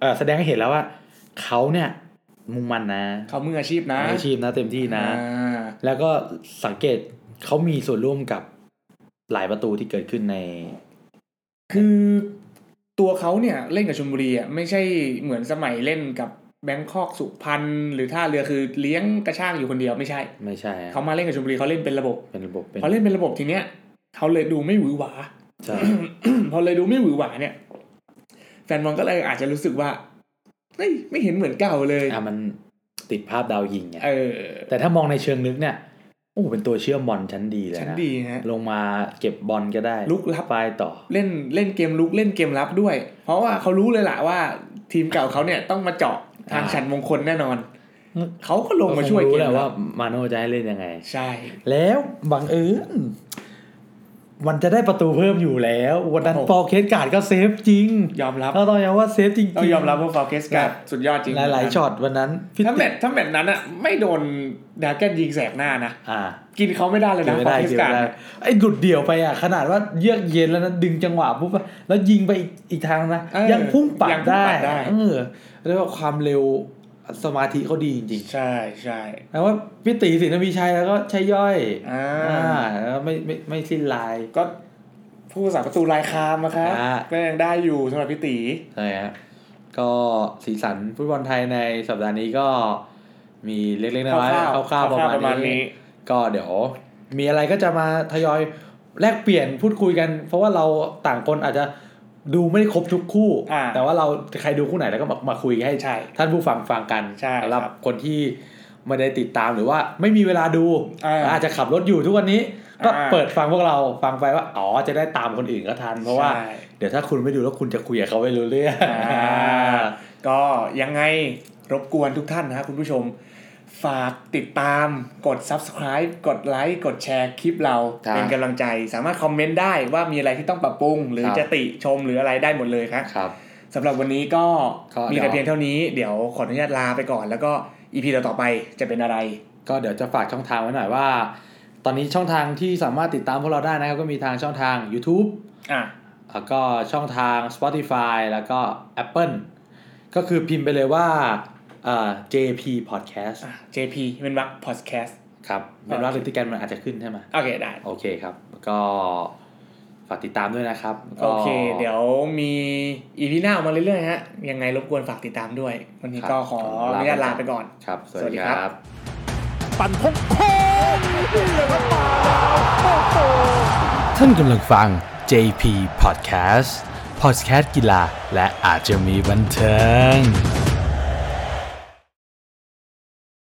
เออแสดงให้เห็นแล้วว่าเขาเนี่ยมุ่งมั่นนะ เขามืออาชีพนะ อาชีพนะเต็มที่นะ อ่า แล้วก็สังเกตเขามีส่วนร่วมกับหลายประตูที่เกิดขึ้นใน คือตัวเขาเนี่ยเล่นกับชลบุรีอ่ะไม่ใช่เหมือนสมัยเล่นกับแบงคอกสุพรรณหรือท่าเรือคือเลี้ยงกระช่างอยู่คนเดียวไม่ใช่ ไม่ใช่อะ เขามาเล่นกับชลบุรีเขาเล่นเป็นระบบ เป็นระบบเป็น พอเล่นเป็นระบบทีเนี้ยเขาเลยดูไม่หวือหวา (coughs) ใช่ พอเลยดูไม่หวือหวาเนี่ย แฟนบอลก็เลยอาจจะรู้สึกว่าเฮ้ยไม่เห็นเหมือนเก่าเลย อ่ะมันติดภาพดาวยิงไง เออ แต่ถ้ามองในเชิงลึกเนี่ยโอ้โหเป็นตัวเชื่อมบอลชั้นดีเลย ฉัน นะ ดีฮะ ลงมาเก็บบอลก็ได้ ลุกรับ ไปต่อ เล่นเล่นเกมลุกเล่นเกมรับด้วย เพราะว่าเขารู้เลยล่ะว่า ทีมเก่าเขาเนี่ยต้องมาเจาะทาง อ่า ฉันมงคลแน่นอน เขาก็ลงมาช่วย ก็ค เก รู้ ม แหละ รั ว่า บ มาโน่จะให้เล่นยังไง ใช่ แล้วบังเอิญมันจะได้ประตูเพิ่มอยู่แล้ว วันนั้นปอเคสการ์ดก็เซฟจริง ยอมรับ เราต้องยอมว่าเซฟจริงๆ ต้องยอมรับว่าฟาวเคสกับสุดยอดจริง หลายๆช็อตวันนั้นพี่ ถ้าแม ติ ตช์ถ้าแมตช์นั้นอ่ะไม่โดนดราแกนยิงแสกหน้านะ อ่า กินเขาไม่ได้เลย เดี๋ยวนะไม่ ฟาว ได้ เคส เดี๋ยว กา ไม่ ร ได้ไอ้ดุดเดี่ยวไปอ่ะ ขนาดว่าเยือกเย็นแล้วนะดึงจังหวะปุ๊บอะแล้วยิงไปอีกอีกทางนะ เออ ยังพุ่งปัด ยังพุ่ง ได้ ปัดได้ เออเรียกว่าความเร็วสมาธิเขาดีจริง ใช่ใช่ ๆแล้วว่าพี่ตีสินวีชัยแล้วก็ใช้ย่อย อ่า แล้วก็ไม่ไม่ไม่ไม่สิ้นลาย ก็ผู้สาประตูลายคามนะครับ อ่า ก็ยังได้อยู่สำหรับพี่ตี ใช่ฮะ ก็สีสันฟุตบอลไทยในสัปดาห์นี้ก็มีเล็กๆน้อย คร่าว ๆ ๆ คร่าวๆ คร่าวๆ ประมาณ ประมาณนี้ นี้ ก็เดี๋ยวมีอะไรก็จะมาทยอยแลกเปลี่ยนพูดคุยกัน เพราะว่าเราต่างคนอาจจะดูไม่ได้ครบทุกคู่ อ่า แต่ว่าเราใครดูคู่ไหนแล้วก็มามาคุยให้ ใช่ ท่านผู้ฟังฟังกัน ใช่ สำหรับ ครับ คนที่ไม่ได้ติดตามหรือว่าไม่มีเวลาดู อ่า จจะขับรถอยู่ทุกวันนี้ ก็ อ่า เปิดฟังพวกเราฟังไปว่าอ๋อจะได้ตามคนอื่นก็ทันเพราะว่า ใช่ เดี๋ยวถ้าคุณไม่ดูแล้วคุณจะคุยกับเขาไม่รู้เรื่อง อ่า ก็ยังไงรบกวนทุกท่านนะครับคุณผู้ชม ฝากติดตามกด subscribe กดไลค์กดแชร์คลิปเรา ครับ เป็นกำลังใจ สามารถคอมเมนต์ได้ว่ามีอะไรที่ต้องปรับปรุง หรือ ครับ จะติชมหรืออะไรได้หมดเลยครับ ครับ สำหรับวันนี้ก็ ก็ มี เดี๋ แต่ ยว เพียงเท่านี้เดี๋ยวขออนุญาตลาไปก่อน แล้วก็อีพีต่อๆไปจะเป็นอะไร ก็เดี๋ยวจะฝากช่องทางไว้หน่อยว่า ตอนนี้ช่องทางที่สามารถติดตามพวกเราได้นะครับ ก็มีทางช่องทาง YouTube อ่ะ แล้วก็ช่องทาง Spotify แล้วก็ Apple ก็คือพิมพ์ไปเลยว่าเอ่อ JP Podcast อ่ะ JP เป็นวักพอดแคสต์ ครับ โอเค เป็นว่าลิติกันมันอาจจะขึ้นใช่ไหม โอเคได้ โอเคครับ ก็ฝากติดตามด้วยนะครับก็ โอเค เดี๋ยวมีอีพีหน้าออกมาเรื่อยๆฮะ ยังไงรบกวนฝากติดตามด้วย วันนี้ก็ขออนุญาตลาไปก่อน ครับ สวัส สวัสดี ดี ค ครับ รับ ปั่นโค้งโค้งแล้วก็ปาดาวโอ้โห ท่านกำลังฟัง JP Podcast Podcast กีฬาและอาจจะมีบันเทิง